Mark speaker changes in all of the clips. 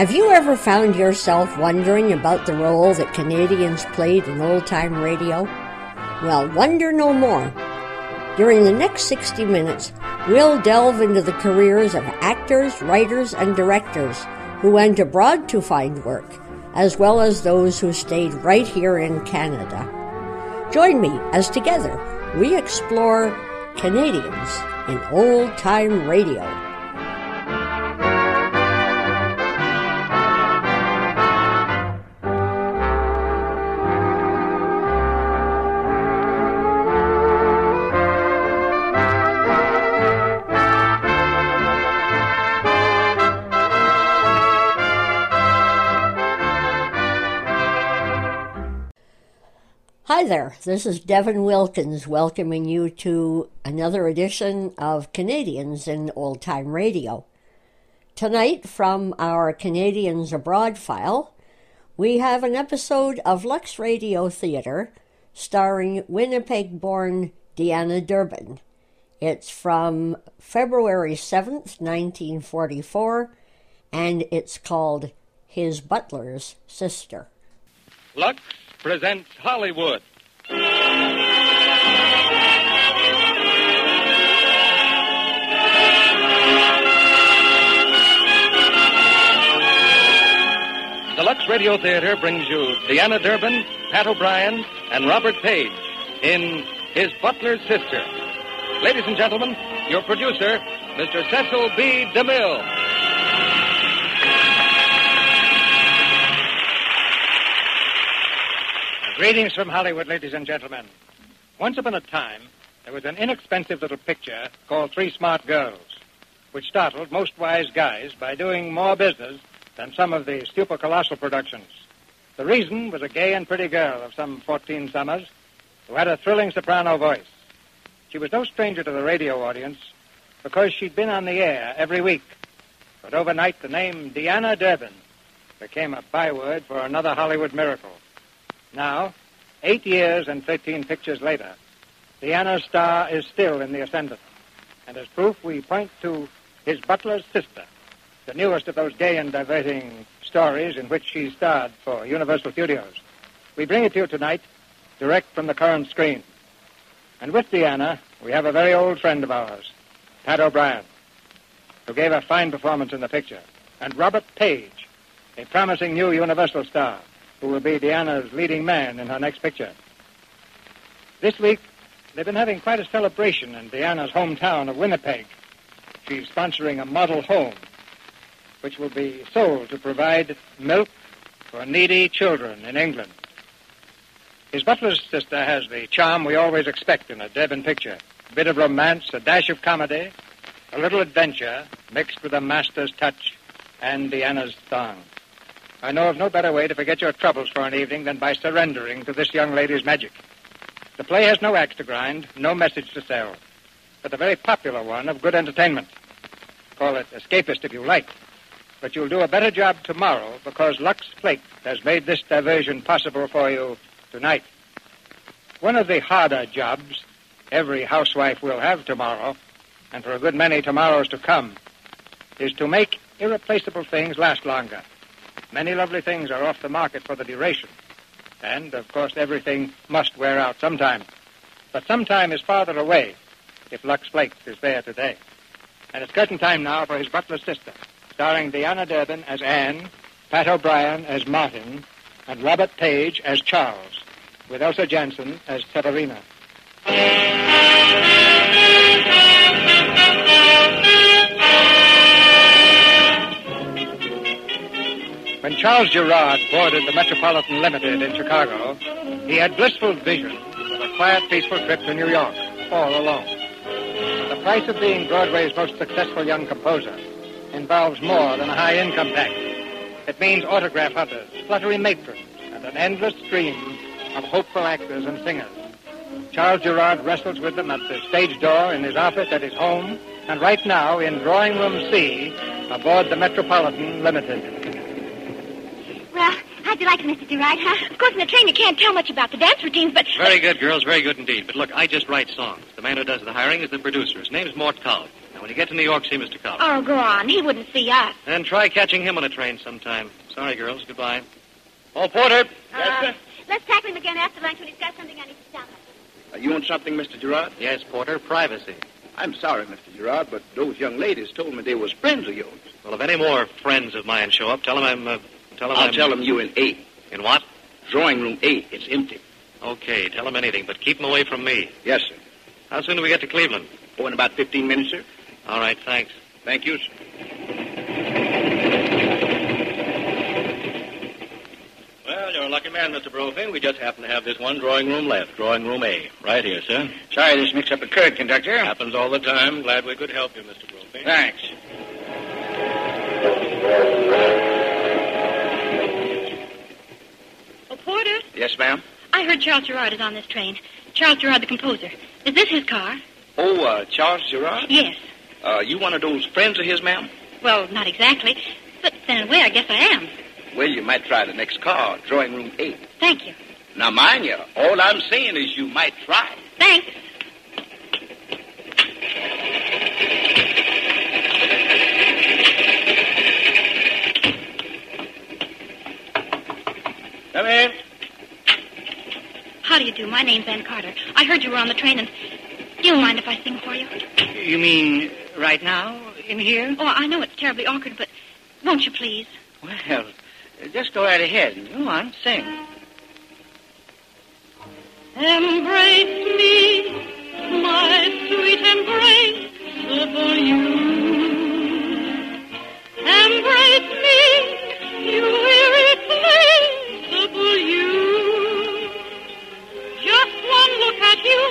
Speaker 1: Have you ever found yourself wondering about the role that Canadians played in old time radio? Well, wonder no more. During the next 60 minutes, we'll delve into the careers of actors, writers, and directors who went abroad to find work, as well as those who stayed right here in Canada. Join me as together we explore Canadians in old time radio. Hi there, this is Devin Wilkins welcoming you to another edition of Canadians in Old Time Radio. Tonight, from our Canadians Abroad file, we have an episode of Lux Radio Theatre starring Winnipeg born Deanna Durbin. It's from February 7th, 1944, and it's called His Butler's Sister.
Speaker 2: Lux presents Hollywood. The Lux Radio Theater brings you Deanna Durbin, Pat O'Brien, and Robert Page in His Butler's Sister. Ladies and gentlemen, your producer, Mr. Cecil B. DeMille.
Speaker 3: Greetings from Hollywood, ladies and gentlemen. Once upon a time, there was an inexpensive little picture called Three Smart Girls, which startled most wise guys by doing more business than some of the super colossal productions. The reason was a gay and pretty girl of some 14 summers who had a thrilling soprano voice. She was no stranger to the radio audience because she'd been on the air every week. But overnight, the name Deanna Durbin became a byword for another Hollywood miracle. Now, eight years and 13 pictures later, Deanna's star is still in the ascendant. And as proof, we point to his butler's sister, the newest of those gay and diverting stories in which she starred for Universal Studios. We bring it to you tonight, direct from the current screen. And with Deanna, we have a very old friend of ours, Pat O'Brien, who gave a fine performance in the picture, and Robert Page, a promising new Universal star who will be Deanna's leading man in her next picture. This week, they've been having quite a celebration in Deanna's hometown of Winnipeg. She's sponsoring a model home, which will be sold to provide milk for needy children in England. His butler's sister has the charm we always expect in a Devon picture. A bit of romance, a dash of comedy, a little adventure mixed with a master's touch and Deanna's song. I know of no better way to forget your troubles for an evening than by surrendering to this young lady's magic. The play has no axe to grind, no message to sell, but a very popular one of good entertainment. Call it escapist if you like, but you'll do a better job tomorrow because Lux Flake has made this diversion possible for you tonight. One of the harder jobs every housewife will have tomorrow, and for a good many tomorrows to come, is to make irreplaceable things last longer. Many lovely things are off the market for the duration. And, of course, everything must wear out sometime. But sometime is farther away if Lux Flakes is there today. And it's curtain time now for his butler's sister, starring Deanna Durbin as Anne, Pat O'Brien as Martin, and Robert Page as Charles, with Elsa Jansen as Severina. When Charles Girard boarded the Metropolitan Limited in Chicago, he had blissful visions of a quiet, peaceful trip to New York, all alone. The price of being Broadway's most successful young composer involves more than a high income tax. It means autograph hunters, fluttery matrons, and an endless stream of hopeful actors and singers. Charles Girard wrestles with them at the stage door, in his office, at his home, and right now in drawing room C aboard the Metropolitan Limited.
Speaker 4: Well, how'd you like it, Mr. Gerard, huh? Of course, in the train you can't tell much about the dance routines, but...
Speaker 5: Very good, girls, very good indeed. But look, I just write songs. The man who does the hiring is the producer. His name's Mort Collins. Now,
Speaker 6: When you get to New York, see Mr. Collins.
Speaker 7: Oh, go on. He wouldn't see us.
Speaker 6: And try catching him on a train sometime. Sorry, girls. Goodbye. Oh, Porter.
Speaker 4: Uh,
Speaker 7: Yes, sir. Let's tackle him again after lunch when he's got something on his stomach.
Speaker 3: Uh, you want something, Mr. Gerard?
Speaker 6: Yes, Porter. Privacy.
Speaker 3: I'm sorry, Mr. Gerard, but those young ladies told me they was friends of yours.
Speaker 6: Well, if any more friends of mine show up, tell them I'm. Uh, tell them
Speaker 3: I'll
Speaker 6: I'm...
Speaker 3: tell them you in eight.
Speaker 6: In what?
Speaker 3: Drawing room eight. It's empty.
Speaker 6: Okay, tell them anything, but keep them away from me.
Speaker 3: Yes, sir.
Speaker 6: How soon do we get to Cleveland?
Speaker 3: Oh, in about 15 minutes, sir.
Speaker 6: All right, thanks.
Speaker 3: Thank you, sir.
Speaker 8: Well, you're a lucky man, Mr. Brophy. We just happen to have this one drawing room left, drawing room A, right here, sir.
Speaker 3: Sorry this mix-up occurred, conductor.
Speaker 8: Happens all the time. Glad we could help you, Mr. Brophy.
Speaker 3: Thanks.
Speaker 7: Oh, Porter,
Speaker 3: Yes, ma'am.
Speaker 7: I heard Charles Gerard is on this train. Charles Gerard, the composer. Is this his car?
Speaker 3: Oh, uh, Charles Gerard?
Speaker 7: Yes.
Speaker 3: Uh, you one of those friends of his, ma'am?
Speaker 7: Well, not exactly. But then in a way, I guess I am.
Speaker 3: Well, you might try the next car, drawing room eight.
Speaker 7: Thank you.
Speaker 3: Now, mind you, all I'm saying is you might try.
Speaker 7: Thanks.
Speaker 8: Come in.
Speaker 7: How do you do? My name's Ann Carter. I heard you were on the train, and do you mind if I sing for you?
Speaker 9: You mean right now, in here?
Speaker 7: Oh, I know it's terribly awkward, but won't you please?
Speaker 9: Well, just go right ahead. Go on, sing. Embrace me, my sweet embrace for you. Embrace me, you irreplaceable you. Just one look at you,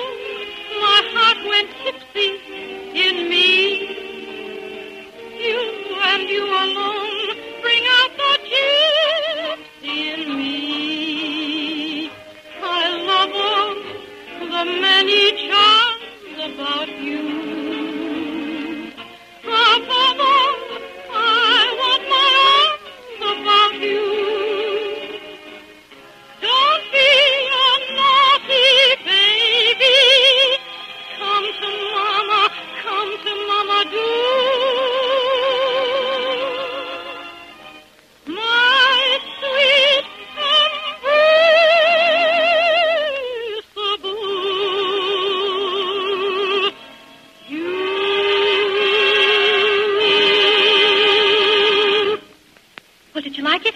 Speaker 9: my heart went tipsy in me. You and you alone bring out the gypsy in me. I love all the many charms about you. Above all, I want my arms about you. Don't be a naughty baby. Come to mama, come to mama, do. My sweet embraceable you.
Speaker 7: Well, did you like it?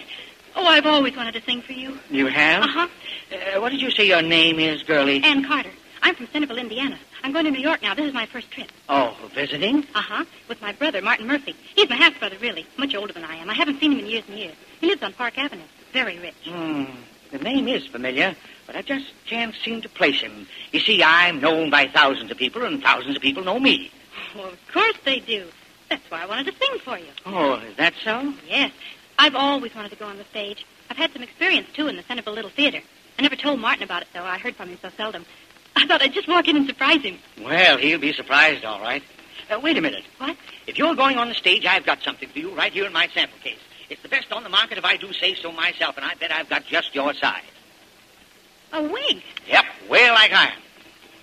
Speaker 7: Oh, I've always wanted to sing for you.
Speaker 9: You have?
Speaker 7: Uh-huh.
Speaker 9: Uh, what did you say your name is, girlie?
Speaker 7: Ann Carter. I'm from Centerville, Indiana. I'm going to New York now. This is my first trip.
Speaker 9: Oh, visiting?
Speaker 7: Uh huh. With my brother, Martin Murphy. He's my half brother, really. Much older than I am. I haven't seen him in years and years. He lives on Park Avenue. Very rich.
Speaker 9: Hmm. The name is familiar, but I just can't seem to place him. You see, I'm known by thousands of people, and thousands of people know me.
Speaker 7: Well, of course they do. That's why I wanted to sing for you.
Speaker 9: Oh, is that so?
Speaker 7: Yes. I've always wanted to go on the stage. I've had some experience, too, in the Centerville Little Theater. I never told Martin about it, though. I heard from him so seldom. I thought I'd just walk in and surprise him.
Speaker 9: Well, he'll be surprised, all right. Uh, wait a minute.
Speaker 7: What?
Speaker 9: If you're going on the stage, I've got something for you right here in my sample case. It's the best on the market if I do say so myself, and I bet I've got just your size.
Speaker 7: A wig.
Speaker 9: Yep, way like iron.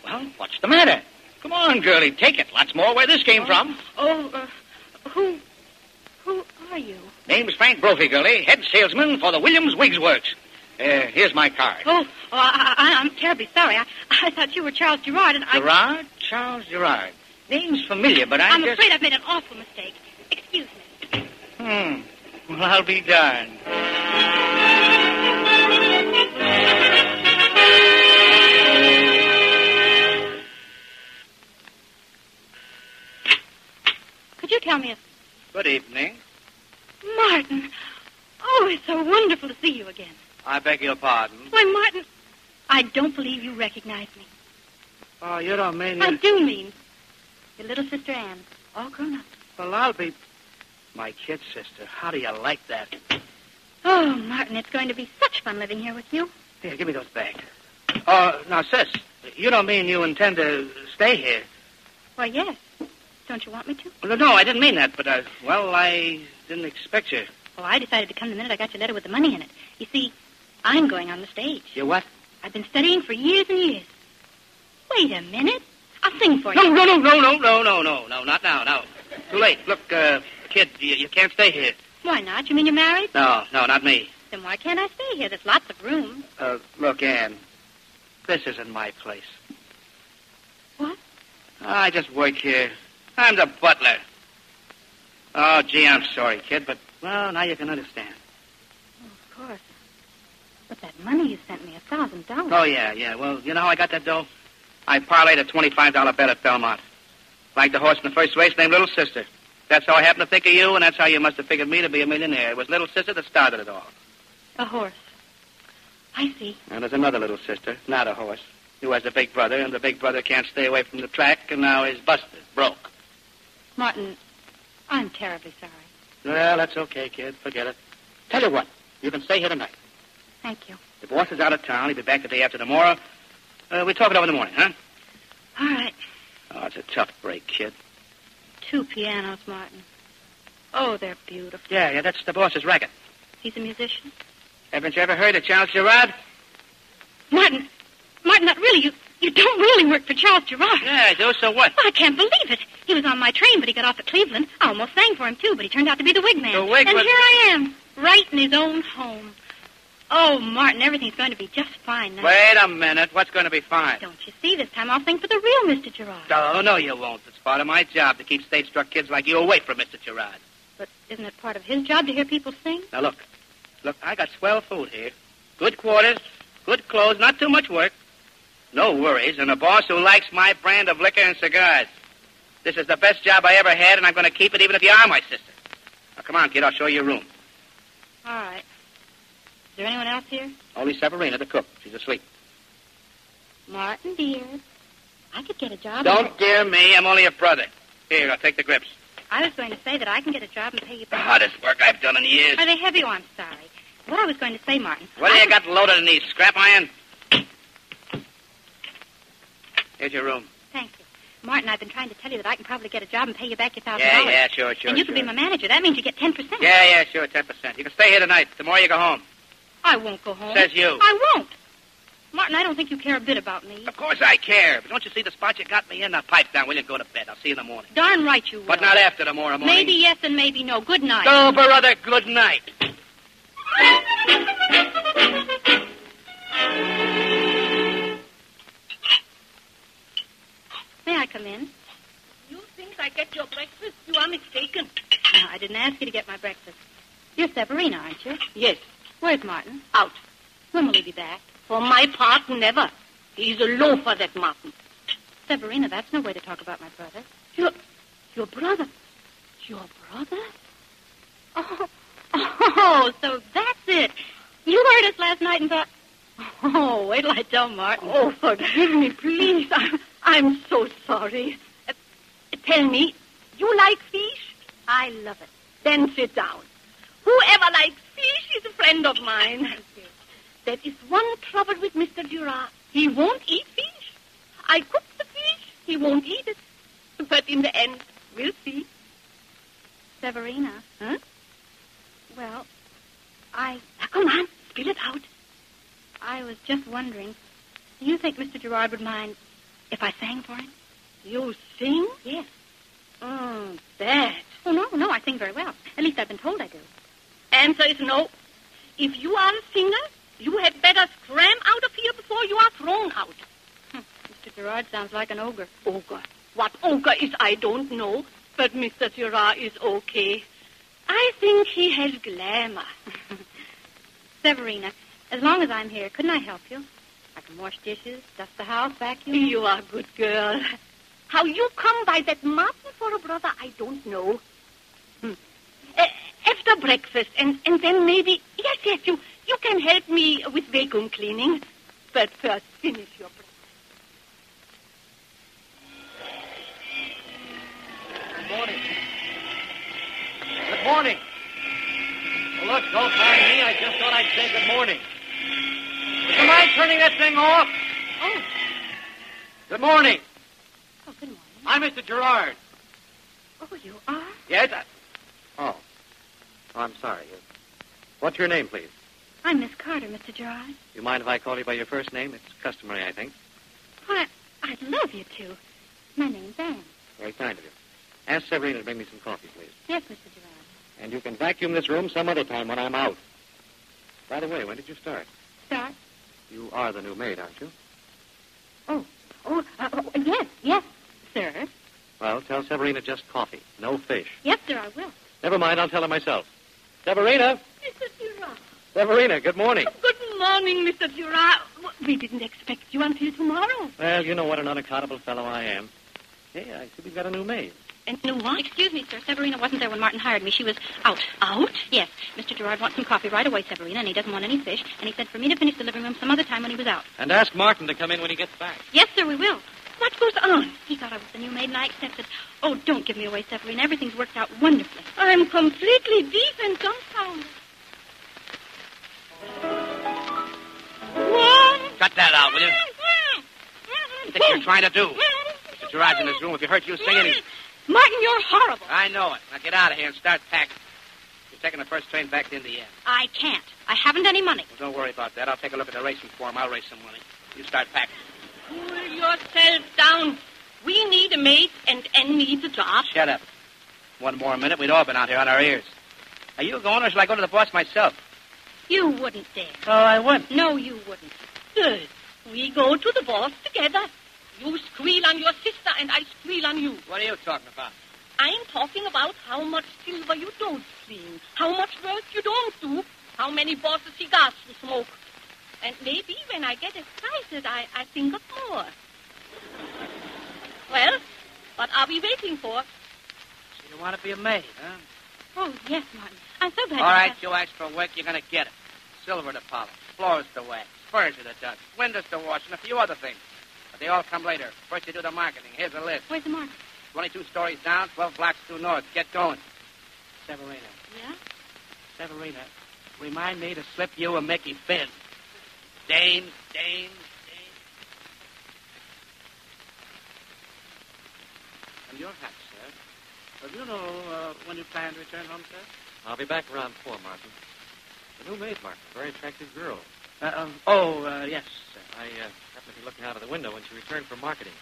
Speaker 9: Well, what's the matter? Come on, girlie, take it. Lots more where this came from.
Speaker 7: Oh, uh, who. Who are you?
Speaker 9: Name's Frank Brophy, girlie, head salesman for the Williams Wigs Works. Uh, here's my card.
Speaker 7: Oh, oh I, I, I'm terribly sorry. I, I thought you were Charles Gerard, and I.
Speaker 9: Gerard? Charles Gerard. Name's familiar, but I
Speaker 7: I'm
Speaker 9: just...
Speaker 7: afraid I've made an awful mistake. Excuse me.
Speaker 9: Hmm. Well, I'll be darned.
Speaker 7: Could you tell me if.
Speaker 8: Good evening.
Speaker 7: Martin! Oh, it's so wonderful to see you again.
Speaker 8: I beg your pardon.
Speaker 7: Why, Martin, I don't believe you recognize me.
Speaker 8: Oh, you don't mean
Speaker 7: I do mean. Your little sister Anne, all grown up.
Speaker 8: Well, I'll be. My kid sister. How do you like that?
Speaker 7: Oh, Martin, it's going to be such fun living here with you.
Speaker 8: Here, give me those back. Oh, now, sis, you don't mean you intend to stay here?
Speaker 7: Why, yes. Don't you want me to?
Speaker 8: Well, no, I didn't mean that, but, uh, well, I didn't expect you.
Speaker 7: Oh, I decided to come the minute I got your letter with the money in it. You see, I'm going on the stage.
Speaker 8: You what?
Speaker 7: I've been studying for years and years. Wait a minute. I'll sing for
Speaker 8: No,
Speaker 7: you.
Speaker 8: no, no, no, no, no, no, no, no, not now, no. Too late. Look, uh, kid, you, you can't stay here.
Speaker 7: Why not? You mean you're married?
Speaker 8: No, no, not me.
Speaker 7: Then why can't I stay here? There's lots of room.
Speaker 8: Uh, look, Ann, this isn't my place.
Speaker 7: What?
Speaker 8: I just work here. I'm the butler. Oh, gee, I'm sorry, kid, but, well, now you can understand.
Speaker 7: Of course. But that money you sent me, a thousand dollars.
Speaker 8: Oh, yeah, yeah. Well, you know how I got that dough? I parlayed a $25 bet at Belmont. Like the horse in the first race named Little Sister. That's how I happened to think of you, and that's how you must have figured me to be a millionaire. It was Little Sister that started it all.
Speaker 7: A horse. I see.
Speaker 8: And there's another little sister, not a horse, who has a big brother, and the big brother can't stay away from the track, and now he's busted, broke.
Speaker 7: Martin, I'm terribly sorry.
Speaker 8: Well, that's okay, kid. Forget it. Tell you what, you can stay here tonight.
Speaker 7: Thank you.
Speaker 8: The boss is out of town. He'll be back the day after tomorrow. Uh, we talk it over in the morning, huh?
Speaker 7: All right.
Speaker 8: Oh, it's a tough break, kid.
Speaker 7: Two pianos, Martin. Oh, they're beautiful.
Speaker 8: Yeah, yeah, that's the boss's racket.
Speaker 7: He's a musician.
Speaker 8: Haven't you ever heard of Charles Gerard?
Speaker 7: Martin, Martin, not really. You, you don't really work for Charles Gerard.
Speaker 8: Yeah, I do. So what?
Speaker 7: Well, I can't believe it. He was on my train, but he got off at Cleveland. I almost sang for him, too, but he turned out to be the wig man.
Speaker 8: The wig
Speaker 7: And
Speaker 8: man-
Speaker 7: here I am, right in his own home. Oh, Martin, everything's going to be just fine now.
Speaker 8: Wait a minute. What's going to be fine?
Speaker 7: Don't you see? This time I'll sing for the real Mr. Gerard.
Speaker 8: Oh, no, you won't. It's part of my job to keep stage-struck kids like you away from Mr. Gerard.
Speaker 7: But isn't it part of his job to hear people sing?
Speaker 8: Now, look. Look, I got swell food here. Good quarters, good clothes, not too much work. No worries, and a boss who likes my brand of liquor and cigars. This is the best job I ever had, and I'm going to keep it even if you are my sister. Now, come on, kid. I'll show you your room.
Speaker 7: All right. Is there anyone else here?
Speaker 8: Only Severina, the cook. She's asleep.
Speaker 7: Martin, dear, I could get a job.
Speaker 8: Don't dear me. I'm only a brother. Here, I'll take the grips.
Speaker 7: I was going to say that I can get a job and pay you
Speaker 8: The
Speaker 7: back.
Speaker 8: hardest work I've done in years.
Speaker 7: Are they heavy? Oh, I'm sorry. What I was going to say, Martin.
Speaker 8: What do
Speaker 7: I
Speaker 8: you got loaded in these scrap iron? Here's your room.
Speaker 7: Thank you. Martin, I've been trying to tell you that I can probably get a job and pay you back your thousand
Speaker 8: Yeah,
Speaker 7: dollars.
Speaker 8: yeah, sure, sure.
Speaker 7: and you
Speaker 8: sure.
Speaker 7: can be my manager. That means you get ten percent.
Speaker 8: Yeah, yeah, sure, ten percent. You can stay here tonight. Tomorrow you go home.
Speaker 7: I won't go home.
Speaker 8: Says you.
Speaker 7: I won't. Martin, I don't think you care a bit about me.
Speaker 8: Of course I care. But don't you see the spot you got me in? Now pipe down. Will you go to bed? I'll see you in the morning.
Speaker 7: Darn right you will.
Speaker 8: But not after tomorrow morning.
Speaker 7: Maybe yes and maybe no. Good night.
Speaker 8: Go, brother. Good night.
Speaker 7: May I come in?
Speaker 10: You think I get your breakfast? You are mistaken.
Speaker 7: No, I didn't ask you to get my breakfast. You're Severina, aren't you?
Speaker 10: Yes,
Speaker 7: Where's Martin?
Speaker 10: out.
Speaker 7: When will he be back?
Speaker 10: For my part, never. He's a loafer, that Martin.
Speaker 7: Severina, that's no way to talk about my brother.
Speaker 10: Your, your brother. Your brother?
Speaker 7: Oh, oh, so that's it. You heard us last night and thought, oh, wait till I tell Martin.
Speaker 10: Oh, forgive me, please. I'm, I'm so sorry. Uh, tell me, you like fish? I love it. Then sit down. Whoever likes fish is a friend of mine. Thank you. There is one trouble with Mr. Dura. He won't eat fish. I cook the fish. He won't eat it. But in the end, we'll see.
Speaker 7: Severina.
Speaker 10: Huh?
Speaker 7: Well, I
Speaker 10: Now, come on, spill it out.
Speaker 7: I was just wondering, do you think Mr. Gerard would mind if I sang for him?
Speaker 10: You sing?
Speaker 7: Yes.
Speaker 10: Mm, that.
Speaker 7: Oh, no, no, I sing very well. At least I've been told I do.
Speaker 10: Answer is no. If you are a singer, you had better scram out of here before you are thrown out.
Speaker 7: Mr. Gerard sounds like an ogre.
Speaker 10: Ogre. What ogre is, I don't know, but Mr. Girard is okay. I think he has glamour.
Speaker 7: Severina, as long as I'm here, couldn't I help you? I can wash dishes, dust the house, vacuum.
Speaker 10: You are a good girl. How you come by that Martin for a brother, I don't know. Hmm. A- After breakfast, and, and then maybe... Yes, yes, you, you can help me with vacuum cleaning. But first, finish your breakfast.
Speaker 6: Good morning. Good morning. Well, look, don't mind me. I just thought I'd say good morning. Would you mind turning that thing off?
Speaker 7: Oh,
Speaker 6: Good morning.
Speaker 7: oh, good morning.
Speaker 6: I'm Mr. Gerard.
Speaker 7: Oh, you are?
Speaker 6: Yes? I... Oh. I'm sorry. Uh, What's your name, please?
Speaker 7: I'm Miss Carter, Mr. Gerard.
Speaker 6: You mind if I call you by your first name? It's customary, I think.
Speaker 7: Why, I'd love you to.
Speaker 4: My name's Anne.
Speaker 6: Very kind of you. Ask Severina to bring me some coffee, please.
Speaker 4: Yes, Mr. Gerard.
Speaker 6: And you can vacuum this room some other time when I'm out. By the way, when did you start?
Speaker 4: Start?
Speaker 6: You are the new maid, aren't you?
Speaker 4: Oh, uh, oh, yes, yes, sir.
Speaker 6: Well, tell Severina just coffee, no fish.
Speaker 4: Yes, sir, I will.
Speaker 6: Never mind, I'll tell her myself. Severina!
Speaker 10: Mr. Durand.
Speaker 6: Severina, good morning.
Speaker 10: Good morning, Mr. Durand. We didn't expect you until tomorrow.
Speaker 6: Well, you know what an unaccountable fellow I am. Hey, I see we've got a new maid.
Speaker 4: And no one? Excuse me, sir. Severina wasn't there when Martin hired me. She was out. Out? Yes. Mr. Gerard wants some coffee right away, Severina, and he doesn't want any fish. And he said for me to finish the living room some other time when he was out.
Speaker 6: And ask Martin to come in when he gets back.
Speaker 4: Yes, sir, we will.
Speaker 10: What goes on?
Speaker 4: He thought I was the new maid, and I accepted. Oh, don't give me away, Severina. Everything's worked out wonderfully.
Speaker 10: I'm completely deaf and dumbfounded.
Speaker 8: Cut that out, will you? What do you think you're trying to do? Mr. Gerard's in his room. If he heard you singing, he's...
Speaker 10: Martin, you're horrible.
Speaker 8: I know it. Now get out of here and start packing. You're taking the first train back to Indiana.
Speaker 4: I can't. I haven't any money.
Speaker 8: Well, don't worry about that. I'll take a look at the racing form. I'll raise some money. You start packing.
Speaker 10: Cool yourself down. We need a mate, and N needs a job.
Speaker 8: Shut up. One more minute, we'd all been out here on our ears. Are you going, or shall I go to the boss myself?
Speaker 4: You wouldn't dare.
Speaker 8: Oh, I wouldn't.
Speaker 4: No, you wouldn't.
Speaker 10: Good. We go to the boss together. You squeal on your sister, and I squeal on you.
Speaker 8: What are you talking about?
Speaker 10: I'm talking about how much silver you don't clean, how much work you don't do, how many bosses cigars you smoke. And maybe when I get excited, I, I think of more. Well, what are we waiting for?
Speaker 8: So you want to be a maid, huh?
Speaker 4: Oh, yes, Martin. I'm so glad
Speaker 8: All
Speaker 4: you
Speaker 8: right,
Speaker 4: asked.
Speaker 8: you ask for work, you're going to get it. Silver to polish, floors to wax, furniture to dust, windows to wash, and a few other things. But they all come later. First you do the marketing. Here's a list.
Speaker 4: Where's the market?
Speaker 8: 22 stories down, 12 blocks due north. Get going. Severina,
Speaker 4: Yeah?
Speaker 8: Severina, remind me to slip you a Mickey Finn. Dames, dames, dames. And your hat, sir. But you know uh, when you plan to return home, sir?
Speaker 6: I'll be back around four, Martin. The new maid, Martin. Very attractive girl.
Speaker 8: Uh, um, oh, uh, yes, sir.
Speaker 6: I uh, happened to be looking out of the window when she returned from marketing.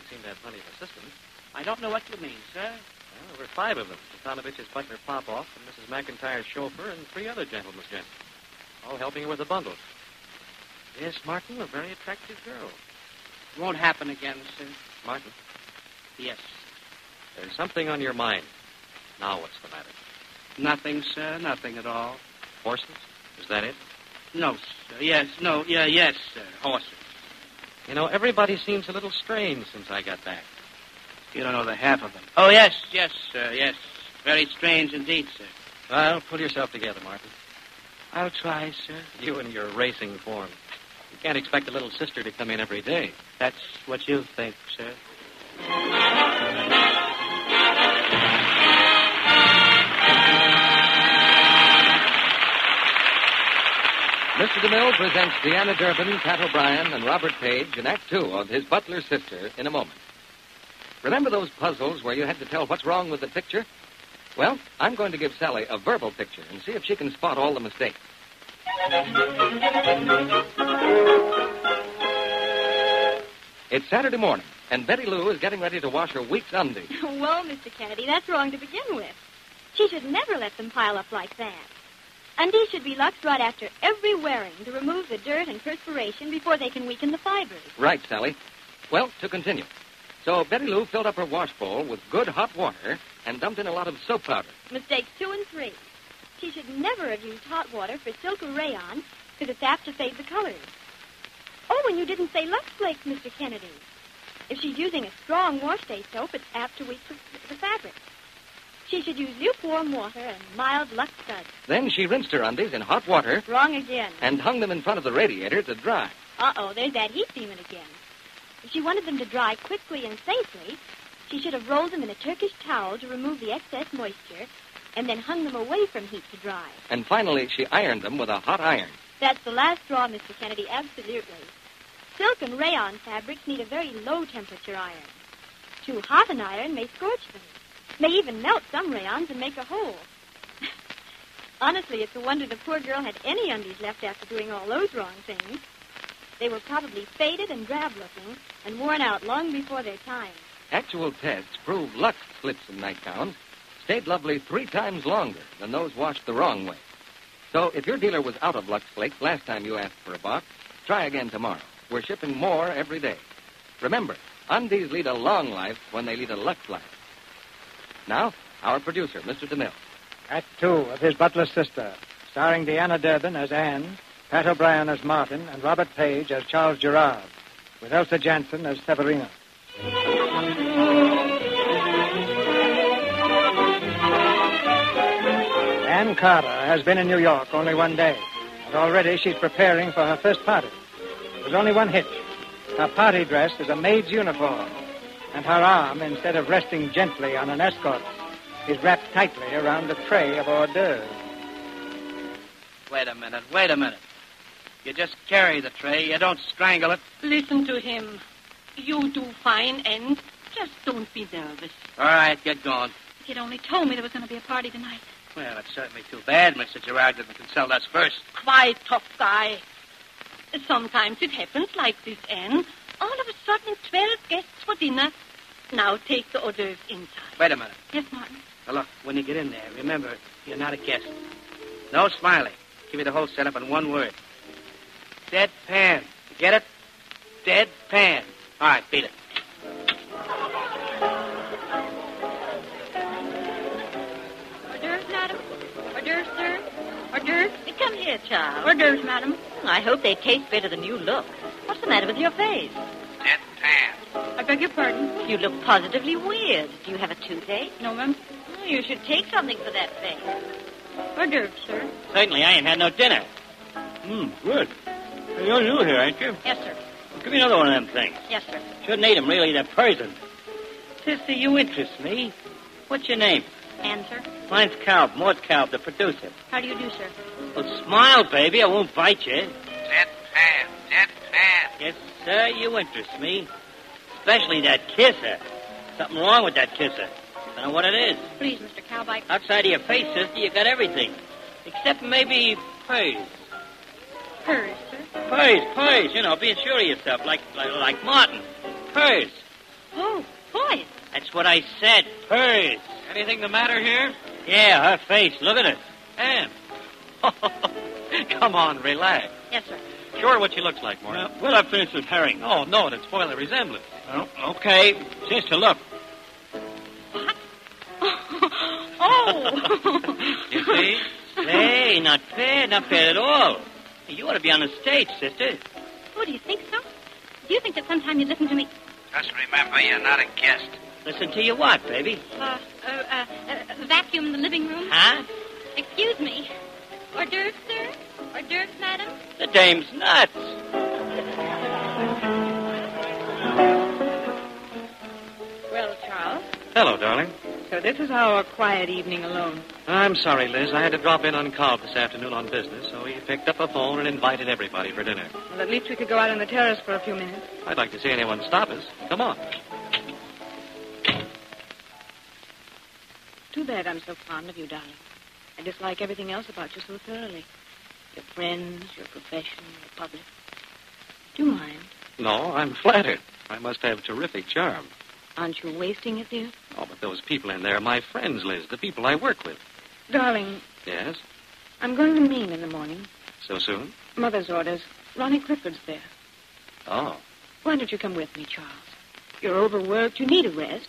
Speaker 6: She seemed to have plenty of assistants.
Speaker 8: I don't know what you mean, sir.
Speaker 6: Well, there were five of them. Stefanovich's butler Popoff and Mrs. McIntyre's chauffeur and three other gentlemen's gentlemen, all helping with the bundle. Yes, Martin, a very attractive girl.
Speaker 8: It won't happen again, sir.
Speaker 6: Martin,
Speaker 8: Yes.
Speaker 6: there's something on your mind. Now what's the matter?
Speaker 8: Nothing, sir. Nothing at all.
Speaker 6: Horses? Is that it?
Speaker 8: No, sir. Yes, no, yeah, yes, sir. Horses.
Speaker 6: You know, everybody seems a little strange since I got back.
Speaker 8: You don't know the half of them. Oh, yes, yes, sir, yes. Very strange indeed, sir.
Speaker 6: Well, pull yourself together, Martin.
Speaker 8: I'll try, sir.
Speaker 6: You and your racing form. You can't expect a little sister to come in every day.
Speaker 8: That's what you think, sir.
Speaker 2: Mr. DeMille presents Deanna Durbin, Pat O'Brien, and Robert Page in Act Two of His Butler Sister in a moment. Remember those puzzles where you had to tell what's wrong with the picture? Well, I'm going to give Sally a verbal picture and see if she can spot all the mistakes. It's Saturday morning, and Betty Lou is getting ready to wash her week's undies.
Speaker 4: well, Mr. Kennedy, that's wrong to begin with. She should never let them pile up like that. Undies should be luxed right after every wearing to remove the dirt and perspiration before they can weaken the fibers.
Speaker 2: Right, Sally. Well, to continue. So Betty Lou filled up her wash bowl with good hot water and dumped in a lot of soap powder.
Speaker 4: Mistakes two and three. She should never have used hot water for silk or rayon because it's apt to fade the colors. Oh, and you didn't say Lux Flakes, Mr. Kennedy. If she's using a strong wash day soap, it's apt to weaken the fabric. She should use lukewarm water and mild Lux suds.
Speaker 2: Then she rinsed her undies in hot water
Speaker 4: Wrong again.
Speaker 2: and hung them in front of the radiator to dry.
Speaker 4: Uh-oh, there's that heat demon again. If she wanted them to dry quickly and safely, she should have rolled them in a Turkish towel to remove the excess moisture and then hung them away from heat to dry.
Speaker 2: And finally, she ironed them with a hot iron.
Speaker 4: That's the last straw, Mr. Kennedy, absolutely. Silk and rayon fabrics need a very low temperature iron. Too hot an iron may scorch them, may even melt some rayons and make a hole. Honestly, it's a wonder the poor girl had any undies left after doing all those wrong things. They were probably faded and drab looking and worn out long before their time.
Speaker 6: Actual tests prove Lux slips and nightgowns stayed lovely three times longer than those washed the wrong way. So if your dealer was out of Lux Flakes last time you asked for a box, try again tomorrow. We're shipping more every day. Remember, undies lead a long life when they lead a Lux life. Now, our producer, Mr. DeMille.
Speaker 3: Act Two of His Butler's Sister, starring Deanna Durbin as Anne, Pat O'Brien as Martin, and Robert Page as Charles Gerard, with Elsa Jansen as Severina. Anne Carter has been in New York only one day, and already she's preparing for her first party. There's only one hitch. Her party dress is a maid's uniform, and her arm, instead of resting gently on an escort, is wrapped tightly around a tray of hors d'oeuvres.
Speaker 11: Wait a minute, wait a minute. You just carry the tray. You don't strangle it.
Speaker 10: Listen to him. You do fine, and just don't be nervous.
Speaker 11: All right, get going.
Speaker 12: If you'd only told me there was going to be a party tonight.
Speaker 11: Well, it's certainly too bad Mr. Gerard didn't consult us first.
Speaker 10: Quite tough guy. Sometimes it happens like this, Anne. All of a sudden, 12 guests for dinner. Now take the hors d'oeuvres inside.
Speaker 11: Wait a minute.
Speaker 12: Yes, Martin.
Speaker 11: Now, look, when you get in there, remember, you're not a guest. No smiling. Give me the whole setup in one word. Deadpan. You Get it? Deadpan. All right, beat it.
Speaker 9: Hors d'oeuvres, madam? Hors d'oeuvres, sir?
Speaker 12: Hors d'oeuvres? Come here, child.
Speaker 9: Hors d'oeuvres, madam.
Speaker 12: I hope they taste better than you look. What's the matter with your face?
Speaker 11: Deadpan.
Speaker 9: I beg your pardon.
Speaker 12: You look positively weird. Do you have a toothache?
Speaker 9: No, ma'am.
Speaker 12: Oh, you should take something for that face.
Speaker 9: Hors d'oeuvres, sir.
Speaker 11: Certainly, I ain't had no dinner. Mmm, good. You're new here, ain't you?
Speaker 12: Yes, sir.
Speaker 11: Give me another one of them things.
Speaker 12: Yes, sir.
Speaker 11: Shouldn't eat them, really. They're poison. Sister, you interest me. What's your name?
Speaker 12: And, sir?
Speaker 11: Mine's Calb, Mort Calb, the producer.
Speaker 12: How do you do, sir?
Speaker 11: Well, smile, baby. I won't bite you. Deadpan. Deadpan. Yes, sir. You interest me. Especially that kisser. Something wrong with that kisser. I don't know what it is.
Speaker 12: Please, Mr. Cowbike.
Speaker 11: Outside of your face, sister, you got everything. Except maybe purse.
Speaker 12: Hers, sir.
Speaker 11: Purse, purse. You know, being sure of yourself, like, like, like Martin. Purse.
Speaker 12: Oh, boy.
Speaker 11: That's what I said. Purse.
Speaker 6: Anything the matter here?
Speaker 11: Yeah, her face. Look at it.
Speaker 6: Anne. Come on, relax.
Speaker 12: Yes, sir.
Speaker 6: Sure what she looks like, Martin.
Speaker 11: will I finish this herring?
Speaker 6: Oh, no, it'd spoil the resemblance.
Speaker 8: Oh,
Speaker 11: okay. Sister, look.
Speaker 12: oh.
Speaker 6: You see?
Speaker 11: Hey, not fair, not fair at all. You ought to be on the stage, sister.
Speaker 12: oh, do you think so? Do you think that sometime you listen to me?
Speaker 11: Just remember, you're not a guest. Listen to you what, baby?
Speaker 12: Uh, uh, uh, uh, vacuum the living room?
Speaker 11: Huh?
Speaker 12: Excuse me. Hors d'oeuvres, sir? Hors d'oeuvres, madam?
Speaker 11: The dame's nuts.
Speaker 13: Well, Charles,
Speaker 6: Hello, darling.
Speaker 13: so this is our quiet evening alone.
Speaker 6: I'm sorry, Liz. I had to drop in on Cobb this afternoon on business, so he picked up the phone and invited everybody for dinner.
Speaker 13: Well, at least we could go out on the terrace for a few minutes.
Speaker 6: I'd like to see anyone stop us. Come on.
Speaker 13: Too bad I'm so fond of you, darling. I dislike everything else about you so thoroughly. Your friends, your profession, your public. Do you mind?
Speaker 6: No, I'm flattered. I must have terrific charm.
Speaker 13: Aren't you wasting it, dear?
Speaker 6: Oh, but those people in there are my friends, Liz, the people I work with.
Speaker 13: Darling,
Speaker 6: Yes?
Speaker 13: I'm going to the mean in the morning.
Speaker 6: So soon?
Speaker 13: Mother's orders. Ronnie Clifford's there.
Speaker 6: Oh.
Speaker 13: Why don't you come with me, Charles? You're overworked. You need a rest.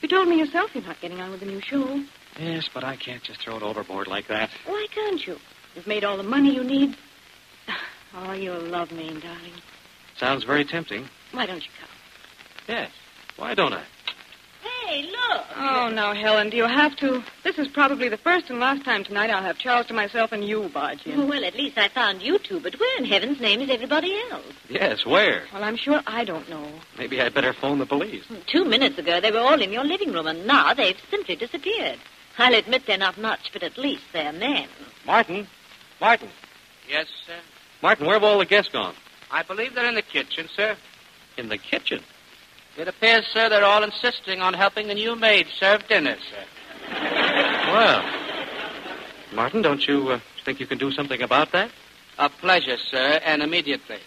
Speaker 13: You told me yourself you're not getting on with the new show.
Speaker 6: Yes, but I can't just throw it overboard like that.
Speaker 13: Why can't you? You've made all the money you need. Oh, you'll love me, darling.
Speaker 6: Sounds very tempting.
Speaker 13: Why don't you come?
Speaker 6: Yes. Why don't I?
Speaker 12: Hey, look.
Speaker 13: Oh, now, Helen, do you have to? This is probably the first and last time tonight I'll have Charles to myself and you barge in.
Speaker 12: Well, at least I found you two, but where in heaven's name is everybody else?
Speaker 6: Yes, where?
Speaker 13: Well, I'm sure I don't know.
Speaker 6: Maybe I'd better phone the police.
Speaker 12: Two minutes ago, they were all in your living room, and now they've simply disappeared. I'll admit they're not much, but at least they're men.
Speaker 6: Martin. Martin.
Speaker 11: Yes, sir.
Speaker 6: Martin, where have all the guests gone?
Speaker 11: I believe they're in the kitchen, sir.
Speaker 6: In the kitchen.
Speaker 11: It appears, sir, they're all insisting on helping the new maid serve dinner, sir.
Speaker 6: Well. Martin, don't you uh, think you can do something about that?
Speaker 11: A pleasure, sir, and immediately.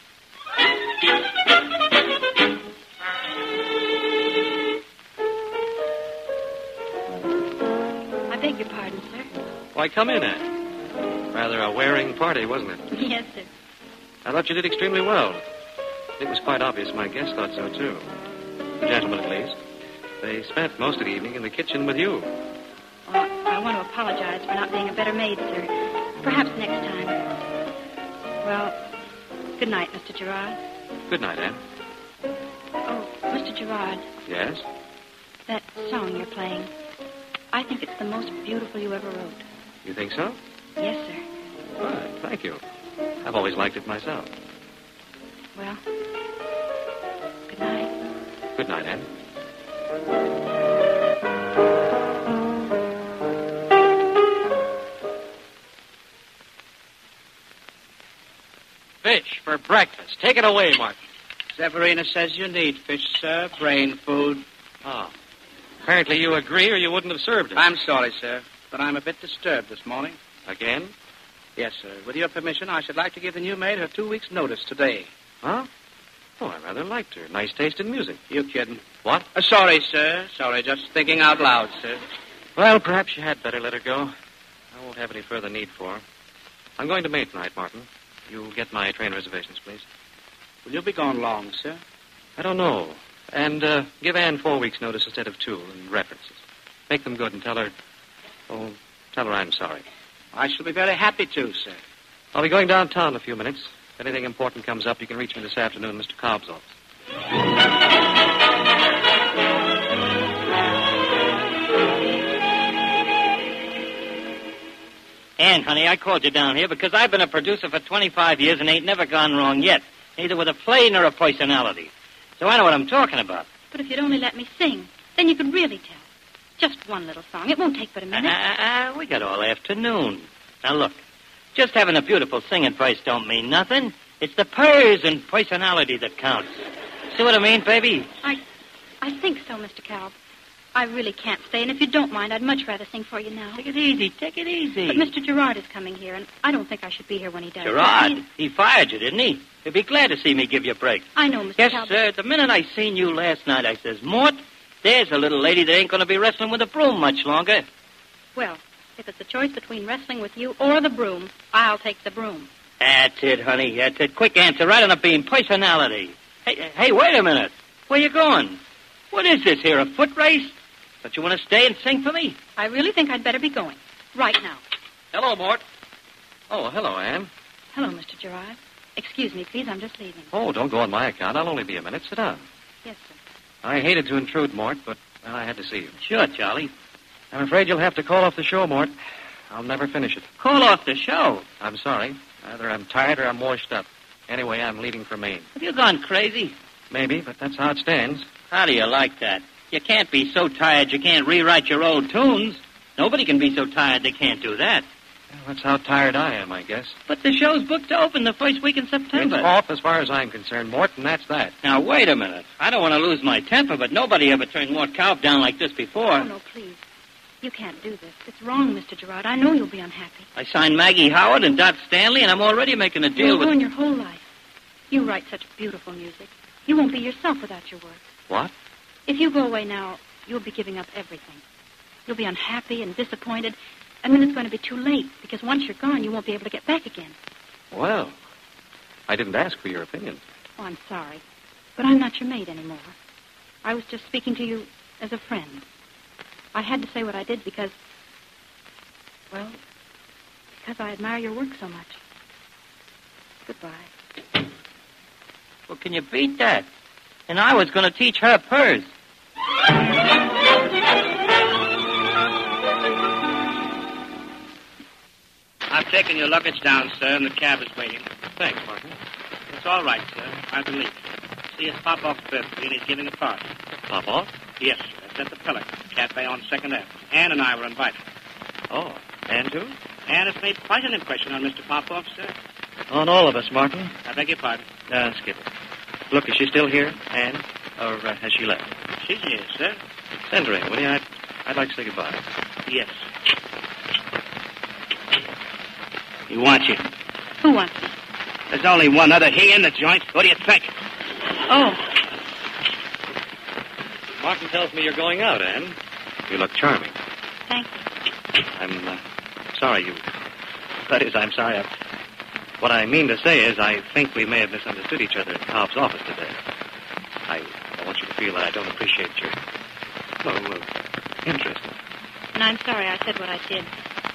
Speaker 7: beg your pardon, sir.
Speaker 6: Why, come in, Anne. Rather a wearing party, wasn't it?
Speaker 7: Yes, sir.
Speaker 6: I thought you did extremely well. It was quite obvious my guests thought so, too. The gentlemen, at least. They spent most of the evening in the kitchen with you.
Speaker 7: Well, I want to apologize for not being a better maid, sir. Perhaps next time. Well, good night, Mr. Gerard.
Speaker 6: Good night, Anne.
Speaker 7: Oh, Mr. Gerard,
Speaker 6: Yes?
Speaker 7: that song you're playing, I think it's the most beautiful you ever wrote.
Speaker 6: You think so?
Speaker 7: Yes, sir.
Speaker 6: Good. Thank you. I've always liked it myself.
Speaker 7: Well,
Speaker 6: Good night, Anne.
Speaker 11: Fish for breakfast. Take it away, Martin.
Speaker 8: Severina says you need fish, sir. Brain food.
Speaker 11: Ah,
Speaker 6: Oh. Apparently you agree, or you wouldn't have served it.
Speaker 8: I'm sorry, sir, but I'm a bit disturbed this morning.
Speaker 6: Again?
Speaker 8: Yes, sir. With your permission, I should like to give the new maid her two weeks' notice today.
Speaker 6: Huh? Oh, I rather liked her. Nice taste in music.
Speaker 8: You kidding?
Speaker 6: What?
Speaker 8: Uh, sorry, sir. Sorry, just thinking out loud, sir.
Speaker 6: Well, perhaps you had better let her go. I won't have any further need for her. I'm going to May tonight, Martin. You'll get my train reservations, please.
Speaker 8: Will you be gone long, sir?
Speaker 6: I don't know. And uh, give Anne four weeks' notice instead of two, and references. Make them good and tell her. Oh, tell her I'm sorry.
Speaker 8: I shall be very happy to, sir.
Speaker 6: I'll be going downtown in a few minutes. If anything important comes up, you can reach me this afternoon, Mr. Cobb's office.
Speaker 11: Ann, honey, I called you down here because I've been a producer for 25 years and ain't never gone wrong yet, neither with a play nor a personality. So I know what I'm talking about.
Speaker 7: but if you'd only let me sing, then you could really tell. Just one little song. It won't take but a minute.
Speaker 11: Ah, we got all afternoon. Now look, just having a beautiful singing voice don't mean nothing. It's the purrs and personality that counts. See what I mean, baby?
Speaker 7: I, I think so, Mr. Calb. I really can't stay, and if you don't mind, I'd much rather sing for you now. Take
Speaker 11: it easy. Take it easy.
Speaker 7: But Mr. Gerard is coming here, and I don't think I should be here when he does.
Speaker 11: Gerard,
Speaker 7: He's-
Speaker 11: he fired you, didn't he? He'd be glad to see me give you a break.
Speaker 7: I know, Mr.
Speaker 11: Yes,
Speaker 7: Calb.
Speaker 11: sir. The minute I seen you last night, I says, Mort, there's a little lady that ain't going to be wrestling with a broom much longer.
Speaker 7: Well, if it's a choice between wrestling with you or the broom, I'll take the broom.
Speaker 11: That's it, honey. That's it. Quick answer, right on the beam. Personality. Hey, hey, wait a minute. Where you going? What is this here? A foot race? Don't you want to stay and sing for me?
Speaker 7: I really think I'd better be going. Right now.
Speaker 11: Hello, Mort. Oh, hello, Anne.
Speaker 7: Hello, Mr. Gerard. Excuse me, please. I'm just leaving.
Speaker 6: Oh, don't go on my account. I'll only be a minute. Sit down.
Speaker 7: Yes, sir.
Speaker 6: I hated to intrude, Mort, but well, I had to see you.
Speaker 11: Sure, Charlie.
Speaker 6: I'm afraid you'll have to call off the show, Mort. I'll never finish it.
Speaker 11: Call off the show?
Speaker 6: I'm sorry. Either I'm tired or I'm washed up. Anyway, I'm leaving for Maine.
Speaker 11: Have you gone crazy?
Speaker 6: Maybe, but that's how it stands.
Speaker 11: How do you like that? You can't be so tired you can't rewrite your old tunes. Nobody can be so tired they can't do that.
Speaker 6: Well, that's how tired I am, I guess.
Speaker 11: But the show's booked to open the first week in
Speaker 6: It's
Speaker 11: September.
Speaker 6: off as far as I'm concerned, Mort, and that's that.
Speaker 11: Now, wait a minute. I don't want to lose my temper, but nobody ever turned Mort Cobb down like this before.
Speaker 7: Oh, no, please. You can't do this. It's wrong, Mr. Gerard. I know you'll be unhappy.
Speaker 11: I signed Maggie Howard and Dot Stanley, and I'm already making a deal
Speaker 7: You'll
Speaker 11: with...
Speaker 7: ruin your whole life. You write such beautiful music. You won't be yourself without your work.
Speaker 6: What?
Speaker 7: If you go away now, you'll be giving up everything. You'll be unhappy and disappointed, and then it's going to be too late because once you're gone, you won't be able to get back again.
Speaker 6: Well, I didn't ask for your opinion.
Speaker 7: Oh, I'm sorry, but I'm not your maid anymore. I was just speaking to you as a friend. I had to say what I did because, well, because I admire your work so much. Goodbye.
Speaker 11: Well, can you beat that? And I was going to teach her purrs.
Speaker 8: I've taken your luggage down, sir, and the cab is waiting.
Speaker 6: Thanks, Martin.
Speaker 8: It's all right, sir. I believe. See us pop off first. Green is giving a party.
Speaker 6: Pop off?
Speaker 8: Yes, sir. It's at the Pillar Cafe on Second Avenue. Ann and I were invited.
Speaker 6: Oh, and too?
Speaker 8: Ann has made quite an impression on Mr. Popoff, sir.
Speaker 6: On all of us, Martin.
Speaker 8: I beg your pardon.
Speaker 6: Uh, skip it. Look, is she still here, Anne? Or uh, has she left?
Speaker 8: She's here, sir.
Speaker 6: Send her in, will you? I'd, I'd like to say goodbye.
Speaker 8: Yes. He wants you.
Speaker 7: Who wants me?
Speaker 8: There's only one other he in the joint. What do you think?
Speaker 7: Oh,
Speaker 6: Martin tells me you're going out, Anne. You look charming.
Speaker 7: thank you.
Speaker 6: I'm uh, sorry you. That is, I'm sorry. I... What I mean to say is, I think we may have misunderstood each other at Cobb's office today. I, I want you to feel that I don't appreciate your. Well, uh, interest.
Speaker 7: And I'm sorry I said what I did.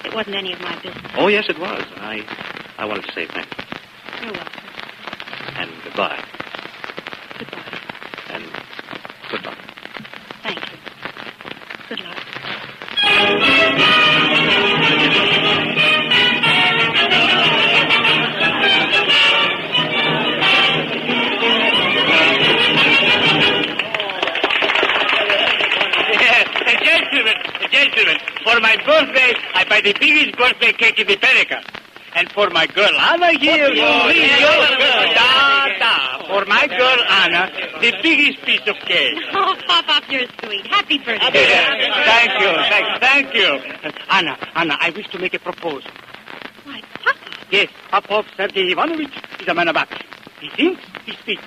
Speaker 7: It wasn't any of my business.
Speaker 6: Oh, yes, it was. I, I wanted to say thank you
Speaker 7: You're welcome.
Speaker 6: and goodbye.
Speaker 7: Goodbye.
Speaker 6: And goodbye.
Speaker 7: Thank you. Good luck.
Speaker 14: gentlemen, gentlemen, for my birthday, I buy the biggest birthday cake in America. And for my girl Anna here,
Speaker 12: Oh,
Speaker 14: please,
Speaker 12: yes,
Speaker 14: your
Speaker 12: yes,
Speaker 14: girl,
Speaker 12: yes.
Speaker 14: da, da. For my girl Anna, the biggest piece of cake.
Speaker 9: Oh, Pop Up, you're sweet. Happy birthday.
Speaker 14: Thank you, thank, thank you. Anna, Anna, I wish to make a proposal.
Speaker 9: Why,
Speaker 14: Yes, Popov Sergei Ivanovich is a man of action. He thinks, he speaks.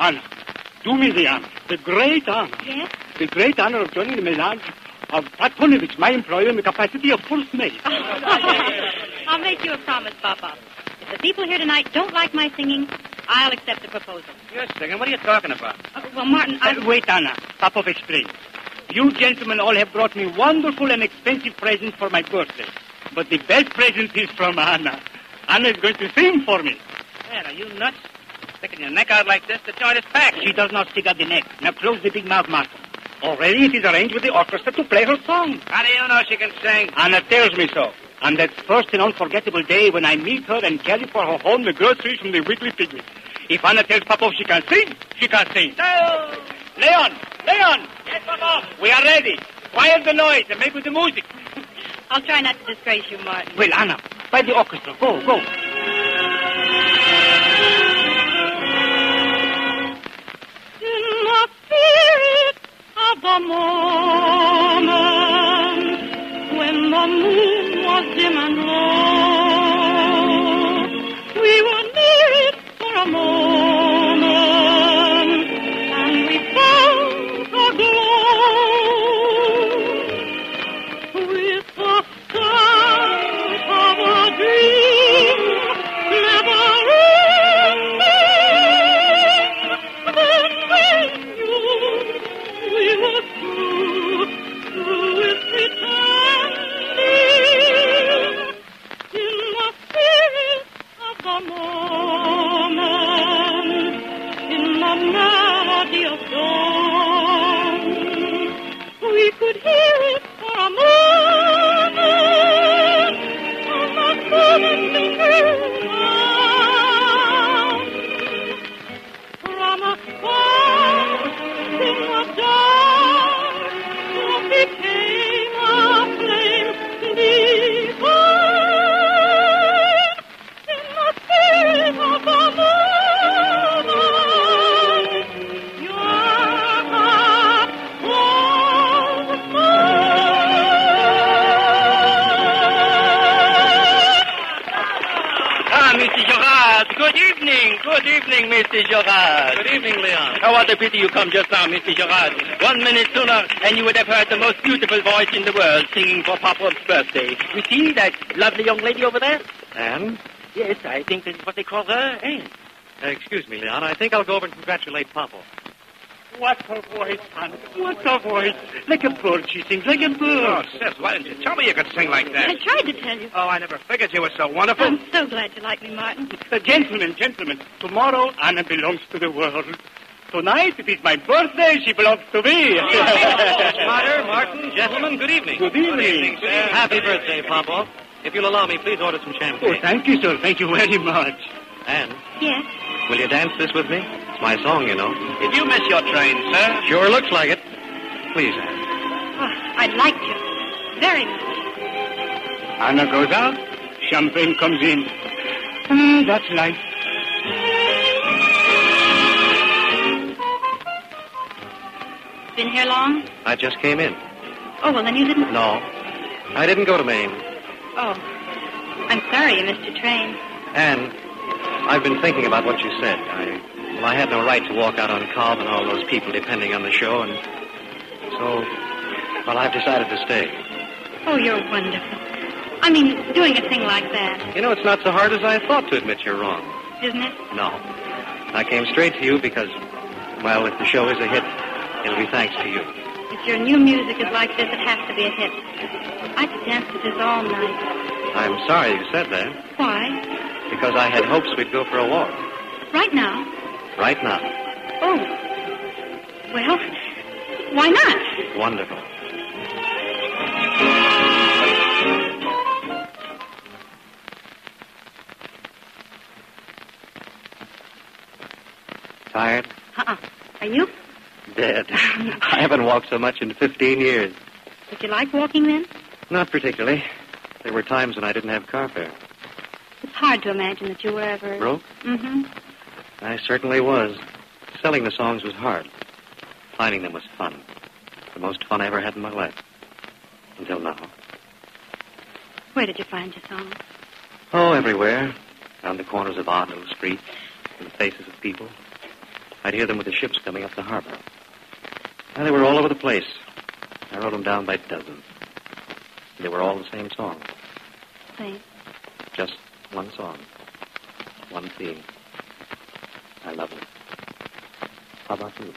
Speaker 14: Anna, do me the honor, the great honor,
Speaker 9: Yes?
Speaker 14: the great honor of joining the melange of Platonovich, my employer, in the capacity of first mate.
Speaker 7: I'll make you a promise, Papa. If the people here tonight don't like my singing, I'll accept the proposal.
Speaker 14: You're singing. What are you talking about?
Speaker 7: Uh, well, Martin, I...
Speaker 14: wait, Anna. Popov explains. You gentlemen all have brought me wonderful and expensive presents for my birthday. But the best present is from Anna. Anna is going to sing for me. Man, are you nuts? Sticking your neck out like this, the joint is packed. She does not stick out the neck. Now close the big mouth, Martin. Already it is arranged with the orchestra to play her song. How do you know she can sing? Anna tells me so. On that first and unforgettable day when I meet her and carry for her home the groceries from the weekly picnic. If Anna tells Popov she can sing, she can sing. Leon! Leon! Yes, Papa? We are ready. Quiet the noise and make with the music.
Speaker 7: I'll try not to disgrace you, Martin.
Speaker 14: Well, Anna, by the orchestra. Go, go.
Speaker 9: In the spirit of the moment when the moon was dim and low, we were near it for a moment and we felt a glow with the sense of a dream never ending. Then when you, we were through, through with pretending. In the spirit of the moment, in the melody of dawn, we could hear it for a moment on the seven fingers down. From afar, in the dark, what became a flame divine. In the spirit of the moment, your heart was
Speaker 14: Ah, Mr. Gerard. Good evening. Good evening, Mr. Gerard. Good evening, Leon. Oh, what a pity you come just now, Mr. Gerard. One minute sooner, and you would have heard the most beautiful voice in the world singing for Papa's birthday. You see that lovely young lady over there?
Speaker 6: And?
Speaker 14: Yes, I think this is what they call her Anne.
Speaker 6: Uh, excuse me, Leon. I think I'll go over and congratulate Papa.
Speaker 14: What a voice, Anne. What a voice. Like a bird, she sings. Like a bird.
Speaker 8: Oh, Sis, why didn't you tell me you could sing like
Speaker 7: I
Speaker 8: that?
Speaker 7: tried to tell you.
Speaker 8: Oh, I never figured you were so wonderful.
Speaker 14: Mm.
Speaker 7: I'm so glad you like me, Martin.
Speaker 14: Uh, gentlemen, gentlemen, tomorrow Anna belongs to the world. Tonight it is my birthday. She belongs to me.
Speaker 6: Mater, Martin, gentlemen, good evening.
Speaker 14: Good evening. Good evening, sir.
Speaker 6: Happy birthday, Papa. If you'll allow me, please order some
Speaker 14: Oh,
Speaker 6: champagne.
Speaker 14: thank you, sir. Thank you very much.
Speaker 6: And
Speaker 7: Yes.
Speaker 6: will you dance this with me? It's my song, you know.
Speaker 14: Did you miss your train, sir?
Speaker 6: Sure looks like it. Please, Anne.
Speaker 7: Oh, I'd like to. Very much.
Speaker 14: Anna goes out, champagne comes in. Ah, that's life.
Speaker 7: Been here long?
Speaker 6: I just came in.
Speaker 7: Oh, well, then you didn't...
Speaker 6: No, I didn't go to Maine.
Speaker 7: Oh. I'm sorry you missed your train.
Speaker 6: Anne, I've been thinking about what you said. I, well, I had no right to walk out on Cobb and all those people depending on the show, and so, well, I've decided to stay.
Speaker 7: Oh, you're wonderful. I mean, doing a thing like that,
Speaker 6: You know, it's not so hard as I thought to admit you're wrong.
Speaker 7: isn't it?
Speaker 6: No. I came straight to you because, well, if the show is a hit, it'll be thanks to you.
Speaker 7: If your new music is like this, it has to be a hit. I could dance to this all night.
Speaker 6: I'm sorry you said that
Speaker 7: Why?
Speaker 6: because I had hopes we'd go for a walk
Speaker 7: Right now?
Speaker 6: right now.
Speaker 7: Oh. Well, why not?
Speaker 6: Wonderful. Tired?
Speaker 7: Uh-uh. Are you?
Speaker 6: Dead. I haven't walked so much in 15 years.
Speaker 7: Would you like walking then?
Speaker 6: Not particularly. There were times when I didn't have car fare.
Speaker 7: It's hard to imagine that you were ever...
Speaker 6: Broke?
Speaker 7: Mm-hmm.
Speaker 6: I certainly was. Selling the songs was hard. Finding them was fun. The most fun I ever had in my life. Until now.
Speaker 7: Where did you find your song?
Speaker 6: Oh, everywhere. Round the corners of odd little streets, in the faces of people. I'd hear them with the ships coming up the harbor. And they were all over the place. I wrote them down by dozens. They were all the same song.
Speaker 7: Thanks.
Speaker 6: Just one song. One theme. I love it. How about you?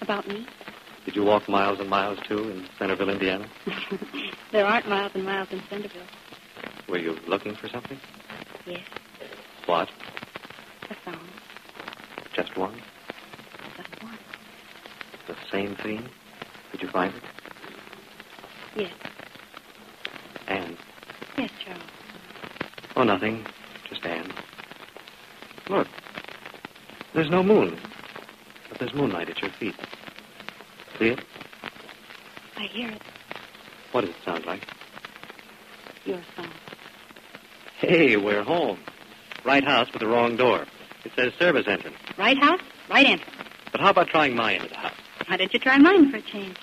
Speaker 7: About me?
Speaker 6: Did you walk miles and miles, too, in Centerville, Indiana?
Speaker 7: There aren't miles and miles in Centerville.
Speaker 6: Were you looking for something?
Speaker 7: Yes,
Speaker 6: What?
Speaker 7: a song.
Speaker 6: Just one?
Speaker 7: Just one.
Speaker 6: The same theme? Did you find it?
Speaker 7: Yes.
Speaker 6: And?
Speaker 7: Yes, Charles.
Speaker 6: Oh, nothing. Just Anne. Look. There's no moon. But there's moonlight at your feet. See it?
Speaker 7: I hear it.
Speaker 6: What does it sound like?
Speaker 7: Your song.
Speaker 6: Hey, we're home. Right house with the wrong door. It says service entrance.
Speaker 7: Right house, right answer.
Speaker 6: But how about trying my end of the house?
Speaker 7: Why don't you try mine for a change?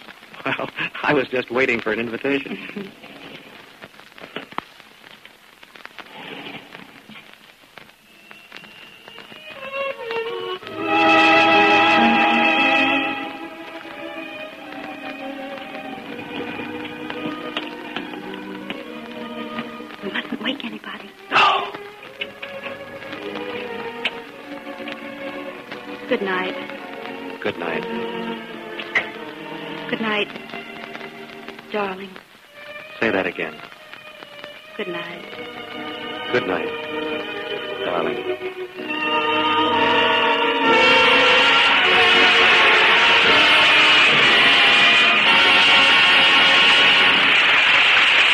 Speaker 6: Well, I was just waiting for an invitation.
Speaker 7: We mustn't wake anybody.
Speaker 6: No.
Speaker 7: Good night.
Speaker 6: Good night.
Speaker 7: Good night. Darling,
Speaker 6: Say that again.
Speaker 7: good night.
Speaker 6: Good night, darling.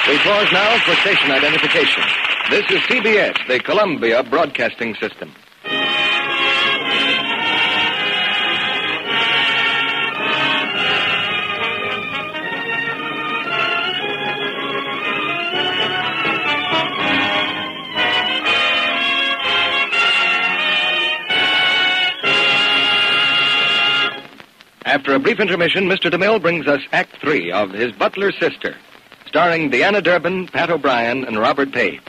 Speaker 2: We pause now for station identification. This is CBS, the Columbia Broadcasting System. After a brief intermission, Mr. DeMille brings us Act Three of His Butler Sister, starring Deanna Durbin, Pat O'Brien, and Robert Page.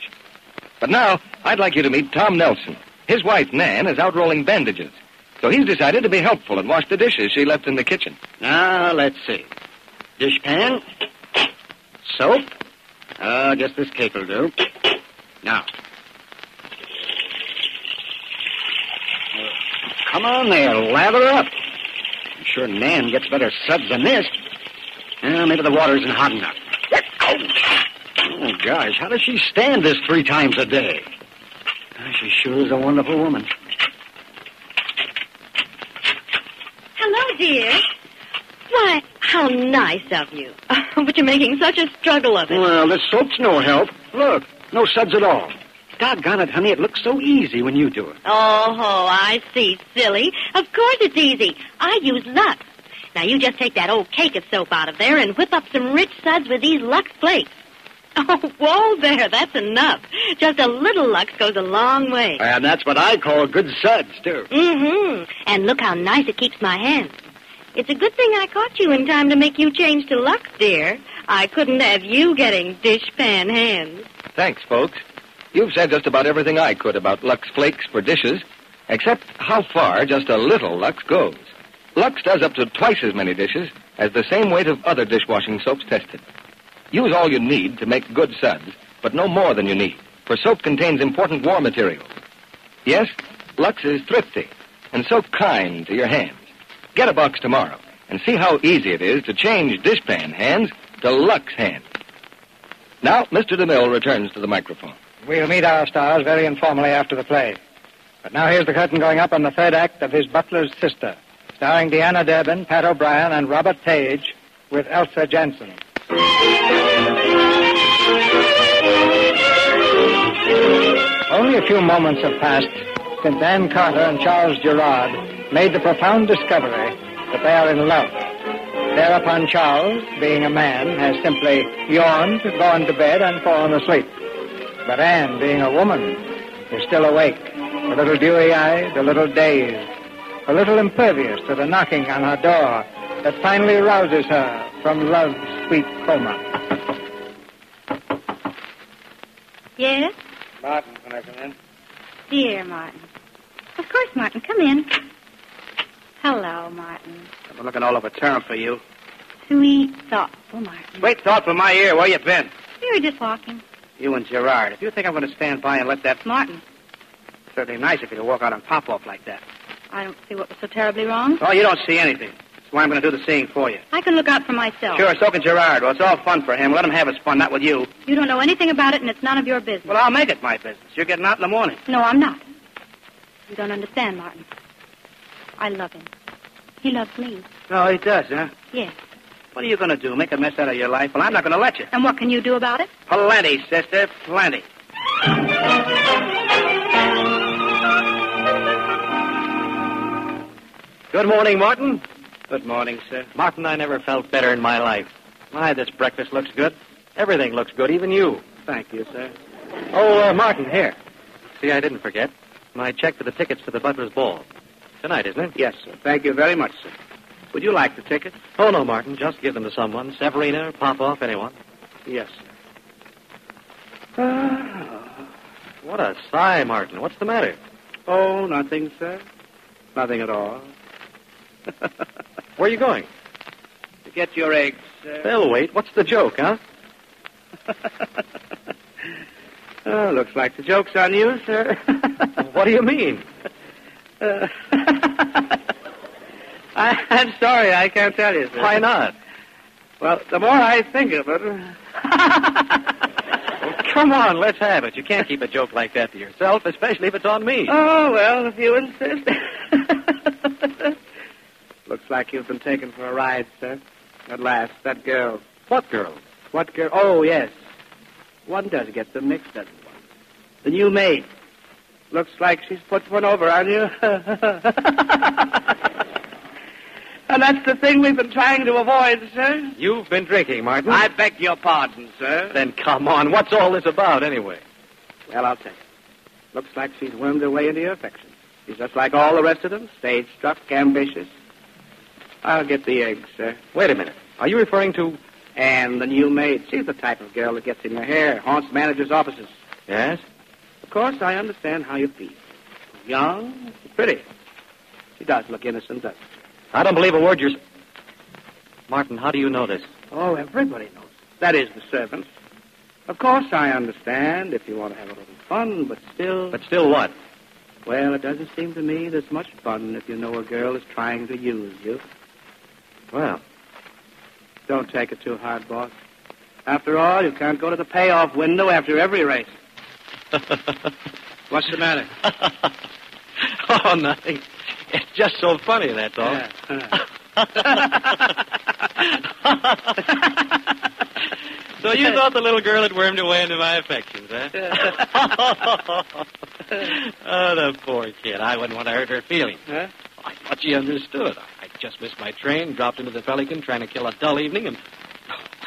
Speaker 2: But now, I'd like you to meet Tom Nelson. His wife, Nan, is out rolling bandages, so he's decided to be helpful and wash the dishes she left in the kitchen.
Speaker 15: Now, let's see. Dishpan. Soap. Uh, I guess this cake will do. Now. Uh, Come on there, lather up. I'm sure Nan gets better suds than this. Well, maybe the water isn't hot enough. Oh, gosh, how does she stand this three times a day?
Speaker 8: Ah,
Speaker 15: Uh, She sure is a wonderful woman.
Speaker 12: Hello, dear. Why, how nice of you. but you're making such a struggle of it.
Speaker 15: Well, this soap's no help. Look, no suds at all. Doggone it, honey, it looks so e- easy when you do it.
Speaker 12: Oh, I see, silly. Of course it's easy. I use Lux. Now you just take that old cake of soap out of there and whip up some rich suds with these Lux flakes. Oh, whoa there, that's enough. Just a little Lux goes a long way.
Speaker 15: And that's what I call good suds, too.
Speaker 12: Mm-hmm. And look how nice it keeps my hands. It's a good thing I caught you in time to make you change to Lux, dear. I couldn't have you getting dishpan hands.
Speaker 2: Thanks, folks. You've said just about everything I could about Lux Flakes for dishes, except how far just a little Lux goes. Lux does up to twice as many dishes as the same weight of other dishwashing soaps tested.
Speaker 16: Use all you need to make good suds, but no more than you need, for soap contains important war materials. Yes, Lux is thrifty and so kind to your hands. Get a box tomorrow and see how easy it is to change dishpan hands to Lux hands. Now, Mr. DeMille returns to the microphone.
Speaker 3: We'll meet our stars very informally after the play. But now here's the curtain going up on the third act of his butler's sister, starring Deanna Durbin, Pat O'Brien, and Robert Page, with Elsa Jansen. Only a few moments have passed since Ann Carter and Charles Gerard made the profound discovery that they are in love. Thereupon Charles, being a man, has simply yawned, gone to bed, and fallen asleep. But Anne, being a woman, is still awake, a little dewy-eyed, a little dazed, a little impervious to the knocking on her door that finally rouses her from love's sweet coma.
Speaker 7: Yes?
Speaker 3: Martin, can I come in?
Speaker 7: Dear Martin. Of course, Martin. Come in. Hello, Martin.
Speaker 8: I've been looking all over town for you.
Speaker 7: Sweet, thoughtful Martin.
Speaker 8: Wait, thought for my ear. Where you been?
Speaker 7: We were just walking.
Speaker 8: You and Gerard. If you think I'm going to stand by and let that...
Speaker 7: Martin,
Speaker 8: Certainly nice of you to walk out and pop off like that.
Speaker 7: I don't see what was so terribly wrong.
Speaker 8: Oh, you don't see anything. That's why I'm going to do the seeing for you.
Speaker 7: I can look out for myself.
Speaker 8: Sure, so can Gerard. Well, it's all fun for him. Let him have his fun, not with you.
Speaker 7: You don't know anything about it, and it's none of your business.
Speaker 8: Well, I'll make it my business. You're getting out in the morning.
Speaker 7: No, I'm not. You don't understand, Martin. I love him. He loves me.
Speaker 8: Oh, he does, huh?
Speaker 7: Yes.
Speaker 8: What are you going to do? Make a mess out of your life? Well, I'm not going to let you.
Speaker 7: And what can you do about it?
Speaker 8: Plenty, sister, plenty.
Speaker 6: Good morning, Martin.
Speaker 8: Good morning, sir.
Speaker 6: Martin, I never felt better in my life. My, this breakfast looks good. Everything looks good, even you.
Speaker 8: Thank you, sir.
Speaker 6: Oh, uh, Martin, here. See, I didn't forget. My check for the tickets to the Butler's Ball. Tonight, isn't it?
Speaker 8: Yes, sir. Thank you very much, sir. Would you like the ticket?
Speaker 6: Oh, no, Martin. Just give them to someone. Severina, Popoff, anyone.
Speaker 8: Yes, sir. Ah,
Speaker 6: What a sigh, Martin. What's the matter?
Speaker 8: Oh, nothing, sir. Nothing at all.
Speaker 6: Where are you going?
Speaker 8: To get your eggs, sir.
Speaker 6: They'll wait. What's the joke, huh?
Speaker 8: Oh, looks like the joke's on you, sir.
Speaker 6: What do you mean?
Speaker 8: Uh, I, I'm sorry, I can't tell you, sir.
Speaker 6: Why not?
Speaker 8: Well, the more I think of it,
Speaker 6: Come on, let's have it. You can't keep a joke like that to yourself, especially if it's on me.
Speaker 8: Oh, well, if you insist. Looks like you've been taken for a ride, sir. At last, that girl.
Speaker 6: What girl?
Speaker 8: What girl? Oh, yes. One does get them mixed, doesn't one? The new maid. Looks like she's put one over on you. and that's the thing we've been trying to avoid, sir.
Speaker 6: You've been drinking, Martin.
Speaker 8: I beg your pardon, sir.
Speaker 6: Then come on. What's all this about, anyway?
Speaker 8: Well, I'll tell you. Looks like she's wormed her way into your affections. She's just like all the rest of them, stage-struck, ambitious. I'll get the eggs, sir.
Speaker 6: Wait a minute. Are you referring to.
Speaker 8: And the new maid. She's the type of girl that gets in your hair, haunts managers' offices.
Speaker 6: Yes?
Speaker 8: Of course, I understand how you feel. Young, pretty. She does look innocent, doesn't she?
Speaker 6: I don't believe a word you're. Martin, how do you know this?
Speaker 8: Oh, everybody knows. That is the servants. Of course, I understand if you want to have a little fun, but still.
Speaker 6: But still what?
Speaker 8: Well, it doesn't seem to me there's much fun if you know a girl is trying to use you.
Speaker 6: Well,
Speaker 8: Don't take it too hard, boss. After all, you can't go to the payoff window after every race. What's the matter?
Speaker 6: oh, nothing. It's just so funny, that's all. So you thought the little girl had wormed her way into my affections, huh? oh, the poor kid. I wouldn't want to hurt her feelings.
Speaker 8: Huh?
Speaker 6: I thought she understood. I, I just missed my train, dropped into the Pelican trying to kill a dull evening, and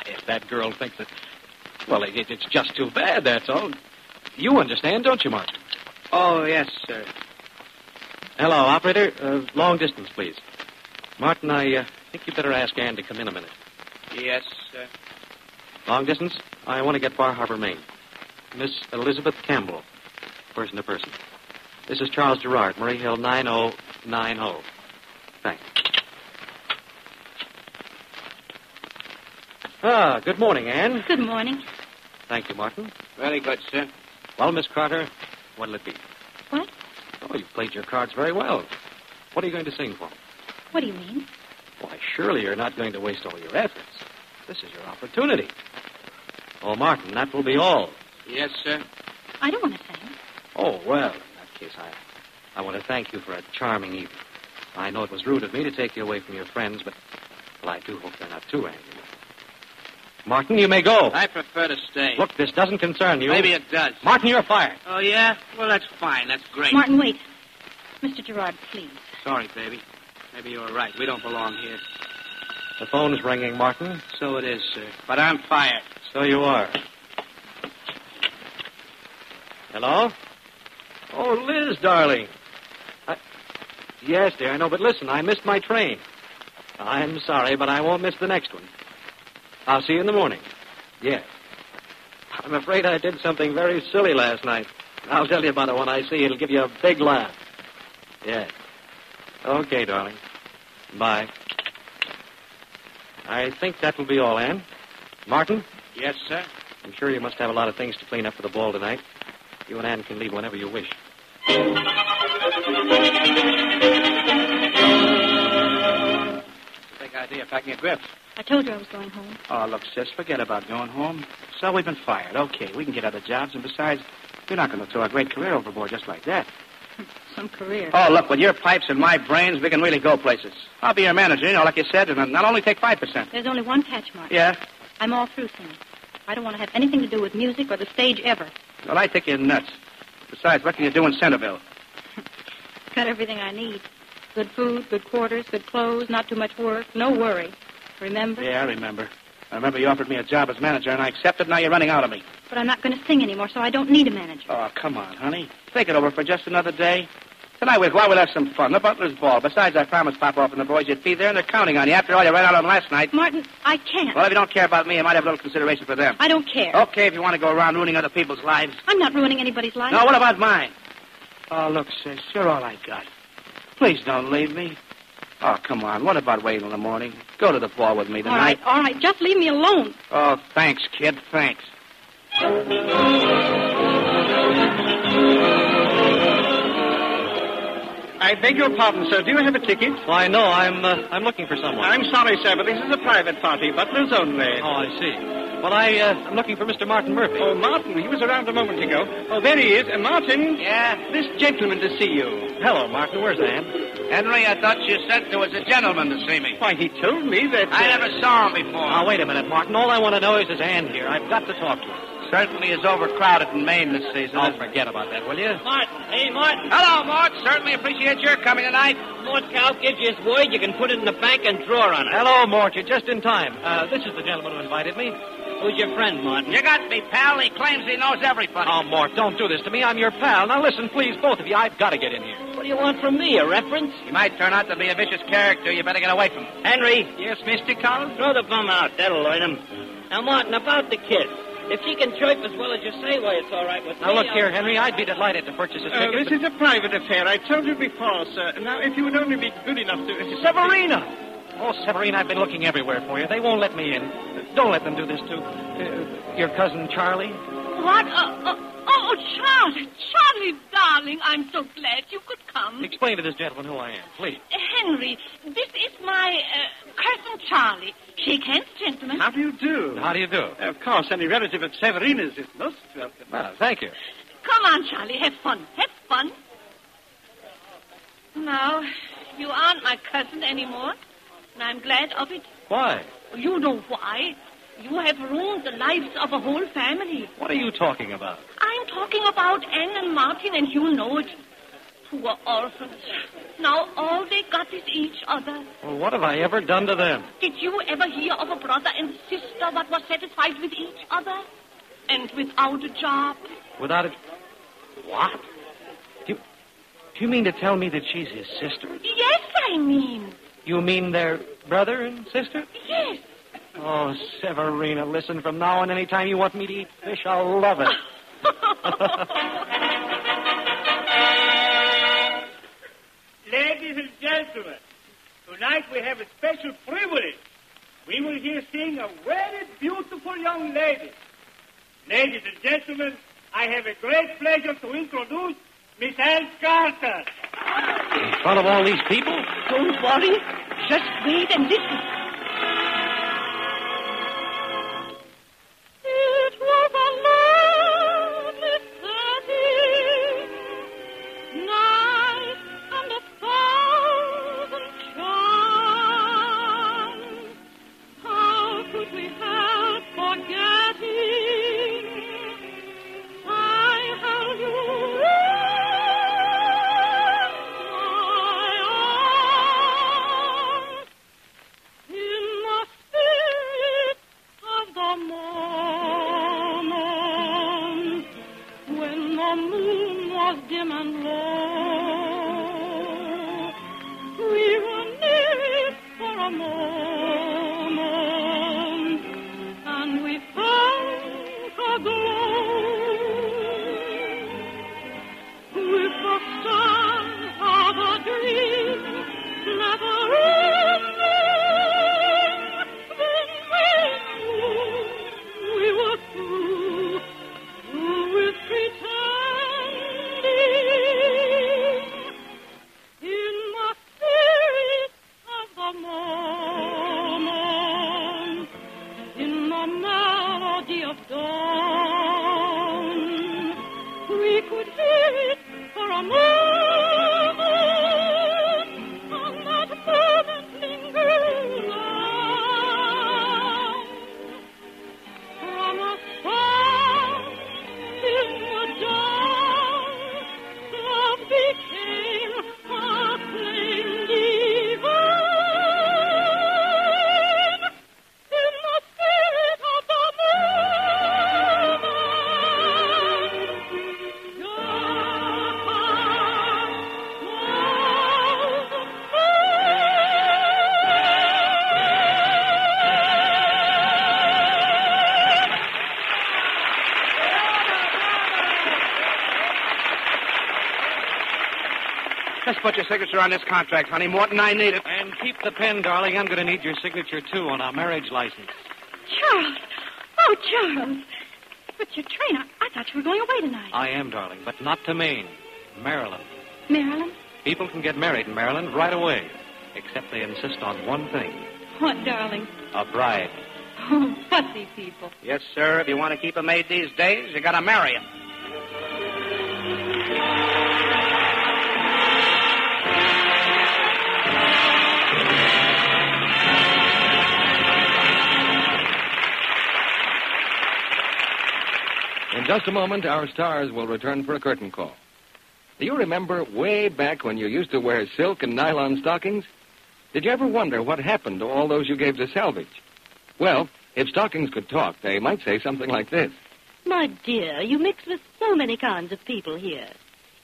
Speaker 6: if that girl thinks that, well, it, it's just too bad, that's all. You understand, don't you, Martin?
Speaker 8: oh, yes, sir.
Speaker 6: Hello, operator. Uh, long distance, please. Martin, I uh, think you better ask Ann to come in a minute.
Speaker 8: Yes, sir.
Speaker 6: Long distance? I want to get Bar Harbor, Maine. Miss Elizabeth Campbell, person to person. This is Charles Gerard, Murray Hill 9090. Thanks. Ah, good morning, Anne.
Speaker 7: Good morning.
Speaker 6: Thank you, Martin.
Speaker 8: Very good, sir.
Speaker 6: Well, Miss Carter, what'll it be?
Speaker 7: What?
Speaker 6: Oh, you've played your cards very well. What are you going to sing for me?
Speaker 7: What do you mean?
Speaker 6: Why, surely you're not going to waste all your efforts. This is your opportunity. Oh, Martin, that will be all.
Speaker 8: Yes, sir.
Speaker 7: I don't want to sing.
Speaker 6: Oh, well, in that case, I, I want to thank you for a charming evening. I know it was rude of me to take you away from your friends, but well, I do hope they're not too angry. Martin, you may go.
Speaker 8: I prefer to stay.
Speaker 6: Look, this doesn't concern you.
Speaker 8: Maybe it does.
Speaker 6: Martin, you're fired.
Speaker 8: Oh, yeah? Well, that's fine. That's great.
Speaker 7: Martin, wait. Mr. Gerard, please.
Speaker 8: Sorry, baby. Maybe you're right. We don't belong here.
Speaker 6: The phone's ringing, Martin.
Speaker 8: So it is, sir. But I'm fired.
Speaker 6: So you are. Hello? Oh, Liz, darling. I... Yes, dear, I know, but listen, I missed my train. I'm sorry, but I won't miss the next one. I'll see you in the morning. Yes. I'm afraid I did something very silly last night. I'll tell you about it when I see you. It'll give you a big laugh. Yes. Okay, darling. Bye. I think that will be all, Anne. Martin?
Speaker 8: Yes, sir.
Speaker 6: I'm sure you must have a lot of things to clean up for the ball tonight. You and Anne can leave whenever you wish.
Speaker 8: It's a big idea, packing your grips.
Speaker 7: I told you I was going home.
Speaker 8: Oh, look, sis, forget about going home. So we've been fired. Okay, we can get other jobs, and besides, you're not going to throw a great career overboard just like that.
Speaker 7: Some career.
Speaker 8: Oh, look, with your pipes and my brains, we can really go places. I'll be your manager, you know, like you said, and not only take 5%.
Speaker 7: There's only one catch, Martin.
Speaker 8: Yeah?
Speaker 7: I'm all through singing. I don't want to have anything to do with music or the stage ever.
Speaker 8: Well, I think you're nuts. Besides, what can you do in Centerville?
Speaker 7: Got everything I need. Good food, good quarters, good clothes, not too much work, no worry. Remember?
Speaker 8: Yeah, I remember. I remember you offered me a job as manager, and I accepted. Now you're running out of me.
Speaker 7: But I'm not going to sing anymore, so I don't need a manager.
Speaker 8: Oh, come on, honey. Think it over for just another day. Tonight we'll go out. We'll have some fun. The butler's ball. Besides, I promised Pop Off and the boys you'd be there, and they're counting on you. After all, you ran out on last night.
Speaker 7: Martin, I can't.
Speaker 8: Well, if you don't care about me, you might have a little consideration for them.
Speaker 7: I don't care.
Speaker 8: Okay, if you want to go around ruining other people's lives.
Speaker 7: I'm not ruining anybody's life.
Speaker 8: No, what about mine? Oh, look, sis, you're all I got. Please don't leave me. Oh, come on. What about waiting in the morning? Go to the ball with me
Speaker 7: All right,
Speaker 8: tonight.
Speaker 7: all right, just leave me alone.
Speaker 8: Oh, thanks, kid. Thanks.
Speaker 3: I beg your pardon, sir. Do you have a ticket?
Speaker 6: Why, no, I'm, uh, I'm looking for someone.
Speaker 3: I'm sorry, sir, but this is a private party, butlers only.
Speaker 6: Oh, I see. Well, I, uh, I'm looking for Mr. Martin Murphy.
Speaker 3: Oh, Martin, he was around a moment ago. Oh, there he is. Uh, Martin?
Speaker 8: Yeah?
Speaker 3: This gentleman to see you.
Speaker 6: Hello, Martin. Where's Anne?
Speaker 8: Henry, I thought you said there was a gentleman to see me.
Speaker 3: Why, he told me that. uh,
Speaker 8: I never saw him before.
Speaker 6: Now, Ah, wait a minute, Martin. All I want to know is is Anne here. I've got to talk to her.
Speaker 8: Certainly is overcrowded in Maine this season.
Speaker 6: Don't forget about that, will you?
Speaker 17: Martin, hey, Martin.
Speaker 8: Hello, Mort. Certainly appreciate your coming tonight.
Speaker 17: Mort Cow gives you his word. You can put it in the bank and draw on it.
Speaker 6: Hello, Mort. You're just in time. Uh, this is the gentleman who invited me.
Speaker 17: Who's your friend, Martin?
Speaker 8: You got me, pal. He claims he knows everybody.
Speaker 6: Oh, Mort, don't do this to me. I'm your pal. Now, listen, please, both of you. I've got to get in here.
Speaker 17: What do you want from me? A reference?
Speaker 8: He might turn out to be a vicious character. You better get away from him.
Speaker 17: Henry,
Speaker 8: Yes, Mr. Collins?
Speaker 17: throw the bum out. That'll learn him. Now, Martin, about the kid. If she can chirp as well as you say, why, it's all right with
Speaker 6: Now,
Speaker 17: me.
Speaker 6: look
Speaker 17: I'll-
Speaker 6: here, Henry. I'd be delighted to purchase a ticket.
Speaker 3: Uh, this
Speaker 6: but-
Speaker 3: is a private affair. I told you before, sir. Now, if you would only be good enough to.
Speaker 6: Severina! Oh, Severina, I've been looking everywhere for you. They won't let me in. Uh, Don't let them do this to uh, your cousin Charlie.
Speaker 10: What? Oh, oh, oh, Charlie, Charlie, darling, I'm so glad you could come.
Speaker 6: Explain to this gentleman who I am, please.
Speaker 10: Henry, this is my uh, cousin Charlie. Shake hands, gentlemen.
Speaker 3: How do you do?
Speaker 6: How do you do?
Speaker 3: Of course, any relative of Severina's is most welcome.
Speaker 6: Well, thank you.
Speaker 10: Come on, Charlie, have fun. Have fun. Now, you aren't my cousin anymore, and I'm glad of it.
Speaker 6: Why?
Speaker 10: You know why? You have ruined the lives of a whole family.
Speaker 6: What are you talking about?
Speaker 10: I'm talking about Anne and Martin, and you know it. Poor orphans. Now all they got is each other.
Speaker 6: Well, what have I ever done to them?
Speaker 10: Did you ever hear of a brother and sister that was satisfied with each other? And without a job?
Speaker 6: Without it. What? Do you, do you mean to tell me that she's his sister?
Speaker 10: Yes, I mean.
Speaker 6: You mean their brother and sister?
Speaker 10: Yes.
Speaker 6: Oh, Severina, listen, from now on, any time you want me to eat fish, I'll love it.
Speaker 14: Ladies and gentlemen, tonight we have a special privilege. we will here sing a very beautiful young lady. Ladies and gentlemen, I have a great pleasure to introduce Miss Ann Carter.
Speaker 18: In front of all these people?
Speaker 14: Don't worry. Just wait and listen.
Speaker 9: It was a lovely city, night and a thousand charms. How could we help forgetting? I held you in my arms in the spirit of the morning when the moon was dim and low. We were near it for a moment and we felt a glow with the star of a dream never ending. Then we knew we were through, through with pretending. In the spirit of the moment, in the melody of dawn, we could hear it for a moment, and that moment lingered long. From a song in the dawn, love became a flame divine. In the spirit of the moment,
Speaker 19: Let's put your signature on this contract, honey. Morton, I need it.
Speaker 6: And keep the pen, darling. I'm going to need your signature, too, on our marriage license.
Speaker 7: Charles! Oh, Charles! But your train, I, I thought you were going away tonight.
Speaker 6: I am, darling, but not to Maine. Maryland.
Speaker 7: Marilyn?
Speaker 6: People can get married in Maryland right away, except they insist on one thing
Speaker 7: What, darling?
Speaker 6: a bride.
Speaker 7: Oh, fussy people.
Speaker 8: Yes, sir. If you want to keep a maid these days, you got to marry him.
Speaker 2: In just a moment, our stars will return for a curtain call. Do you remember way back when you used to wear silk and nylon stockings? Did you ever wonder what happened to all those you gave to salvage? Well, if stockings could talk, they might say something like this.
Speaker 12: My dear, you mix with so many kinds of people here.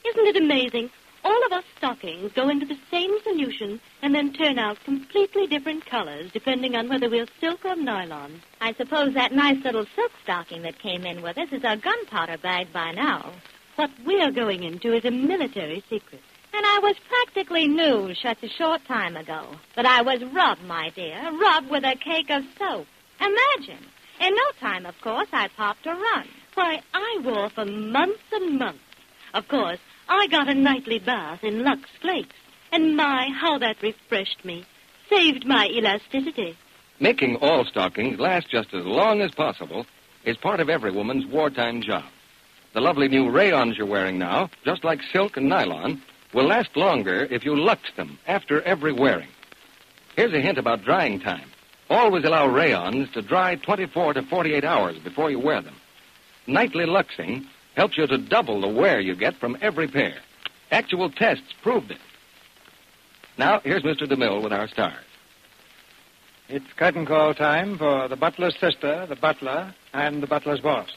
Speaker 12: Isn't it amazing? All of us stockings go into the same solution and then turn out completely different colors depending on whether we're silk or nylon.
Speaker 20: I suppose that nice little silk stocking that came in with us is our gunpowder bag by now.
Speaker 12: What we're going into is a military secret.
Speaker 20: And I was practically new such a short time ago. But I was rubbed, my dear, rubbed with a cake of soap. Imagine. In no time, of course, I popped a run.
Speaker 12: Why, I wore for months and months. Of course, I got a nightly bath in Lux Flakes. And my, how that refreshed me. Saved my elasticity.
Speaker 2: Making all stockings last just as long as possible is part of every woman's wartime job. The lovely new rayons you're wearing now, just like silk and nylon, will last longer if you lux them after every wearing. Here's a hint about drying time. Always allow rayons to dry 24 to 48 hours before you wear them. Nightly luxing helps you to double the wear you get from every pair. Actual tests proved it. Now, here's Mr. DeMille with our stars.
Speaker 3: It's curtain call time for the butler's sister, the butler, and the butler's boss.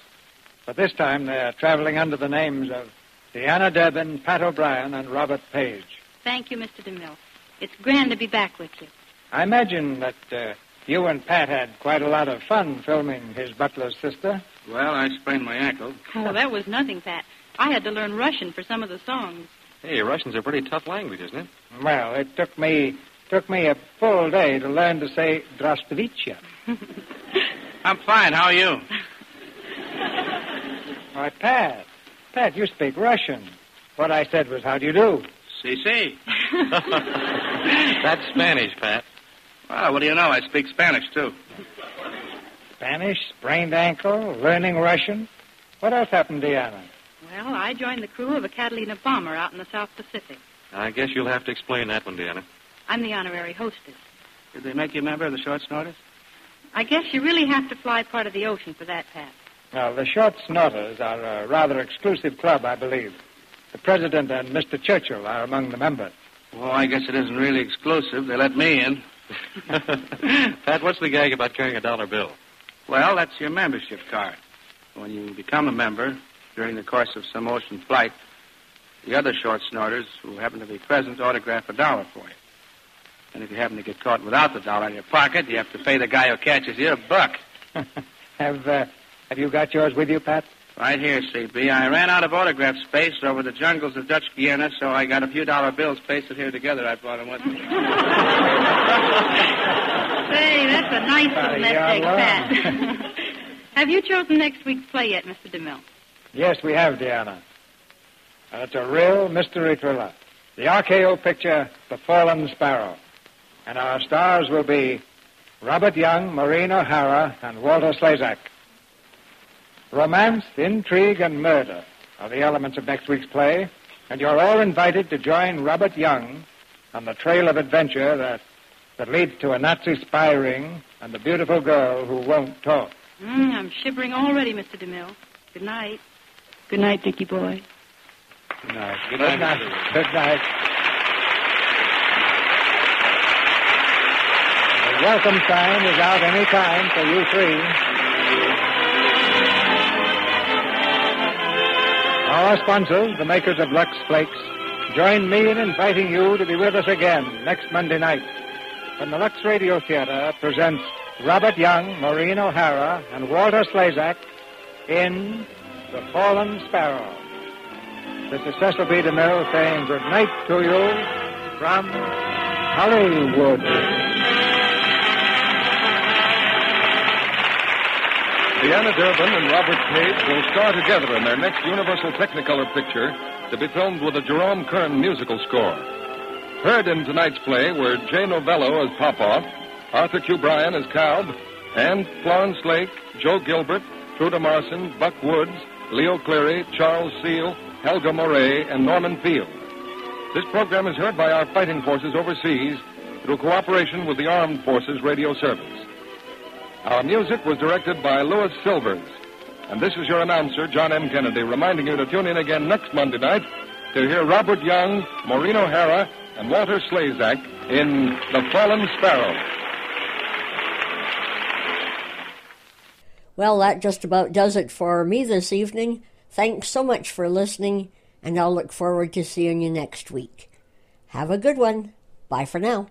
Speaker 3: But this time they're traveling under the names of Deanna Durbin, Pat O'Brien, and Robert Page.
Speaker 7: Thank you, Mr. DeMille. It's grand to be back with you.
Speaker 3: I imagine that uh, you and Pat had quite a lot of fun filming his butler's sister.
Speaker 21: Well, I sprained my ankle.
Speaker 7: Oh, that was nothing, Pat. I had to learn Russian for some of the songs.
Speaker 6: Hey, Russian's a pretty tough language, isn't it?
Speaker 3: Well, it took me Took me a full day to learn to say Drastovica.
Speaker 22: I'm fine. How are you?
Speaker 3: Why, Pat, Pat, you speak Russian. What I said was, how do you do?
Speaker 8: Si, si.
Speaker 22: That's Spanish, Pat.
Speaker 8: Well, what do you know? I speak Spanish, too.
Speaker 3: Spanish, sprained ankle, learning Russian. What else happened, Deanna?
Speaker 7: Well, I joined the crew of a Catalina bomber out in the South Pacific.
Speaker 23: I guess you'll have to explain that one, Deanna.
Speaker 7: I'm the honorary hostess.
Speaker 8: Did they make you a member of the Short Snorters?
Speaker 7: I guess you really have to fly part of the ocean for that, Pat.
Speaker 3: Now, the Short Snorters are a rather exclusive club, I believe. The president and Mr. Churchill are among the members.
Speaker 8: Well, I guess it isn't really exclusive. They let me in.
Speaker 23: Pat, what's the gag about carrying a dollar bill?
Speaker 8: Well, that's your membership card. When you become a member during the course of some ocean flight, the other short snorters who happen to be present autograph a dollar for you. And if you happen to get caught without the dollar in your pocket, you have to pay the guy who catches you a buck.
Speaker 3: Have uh, Have you got yours with you, Pat?
Speaker 8: Right here, CB. I ran out of autograph space over the jungles of Dutch Guiana, so I got a few dollar bills pasted here together. I brought them with me.
Speaker 7: Say, that's a nice
Speaker 3: By
Speaker 7: domestic Pat.
Speaker 3: yalla.
Speaker 7: Have you chosen next week's play yet, Mr. DeMille?
Speaker 3: Yes, we have, Deanna. And it's a real mystery thriller. The RKO picture, The Fallen Sparrow. And our stars will be Robert Young, Maureen O'Hara, and Walter Slazak. Romance, intrigue, and murder are the elements of next week's play, and you're all invited to join Robert Young on the trail of adventure that, that leads to a Nazi spy ring and the beautiful girl who won't talk.
Speaker 7: Mm, I'm shivering already, Mr. DeMille. Good night. Good night, Dickie boy.
Speaker 3: Good night. Good night. Good night. The welcome sign is out any time for you three. Our sponsors, the makers of Lux Flakes, join me in inviting you to be with us again next Monday night when the Lux Radio Theater presents Robert Young, Maureen O'Hara, and Walter Slazak in The Fallen Sparrow. This is Cecil B. DeMille saying good night to you from Hollywood.
Speaker 24: Deanna Durbin and Robert Page will star together in their next Universal Technicolor picture to be filmed with a Jerome Kern musical score. Heard in tonight's play were Jay Novello as Popoff, Arthur Q. Bryan as Calb, and Florence Lake, Joe Gilbert, Truda Marson, Buck Woods, Leo Cleary, Charles Seal, Helga Moray, and Norman Field. This program is heard by our fighting forces overseas through cooperation with the Armed Forces Radio Service. Our music was directed by Louis Silvers. And this is your announcer, John M. Kennedy, reminding you to tune in again next Monday night to hear Robert Young, Maureen O'Hara, and Walter Slazak in The Fallen Sparrow.
Speaker 1: Well, that just about does it for me this evening. Thanks so much for listening, and I'll look forward to seeing you next week. Have a good one. Bye for now.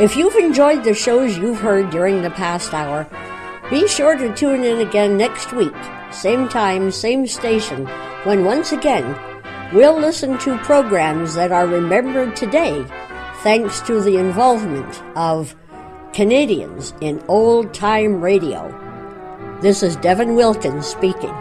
Speaker 1: If you've enjoyed the shows you've heard during the past hour, be sure to tune in again next week, same time, same station, when once again we'll listen to programs that are remembered today thanks to the involvement of Canadians in old time radio. This is Devin Wilkins speaking.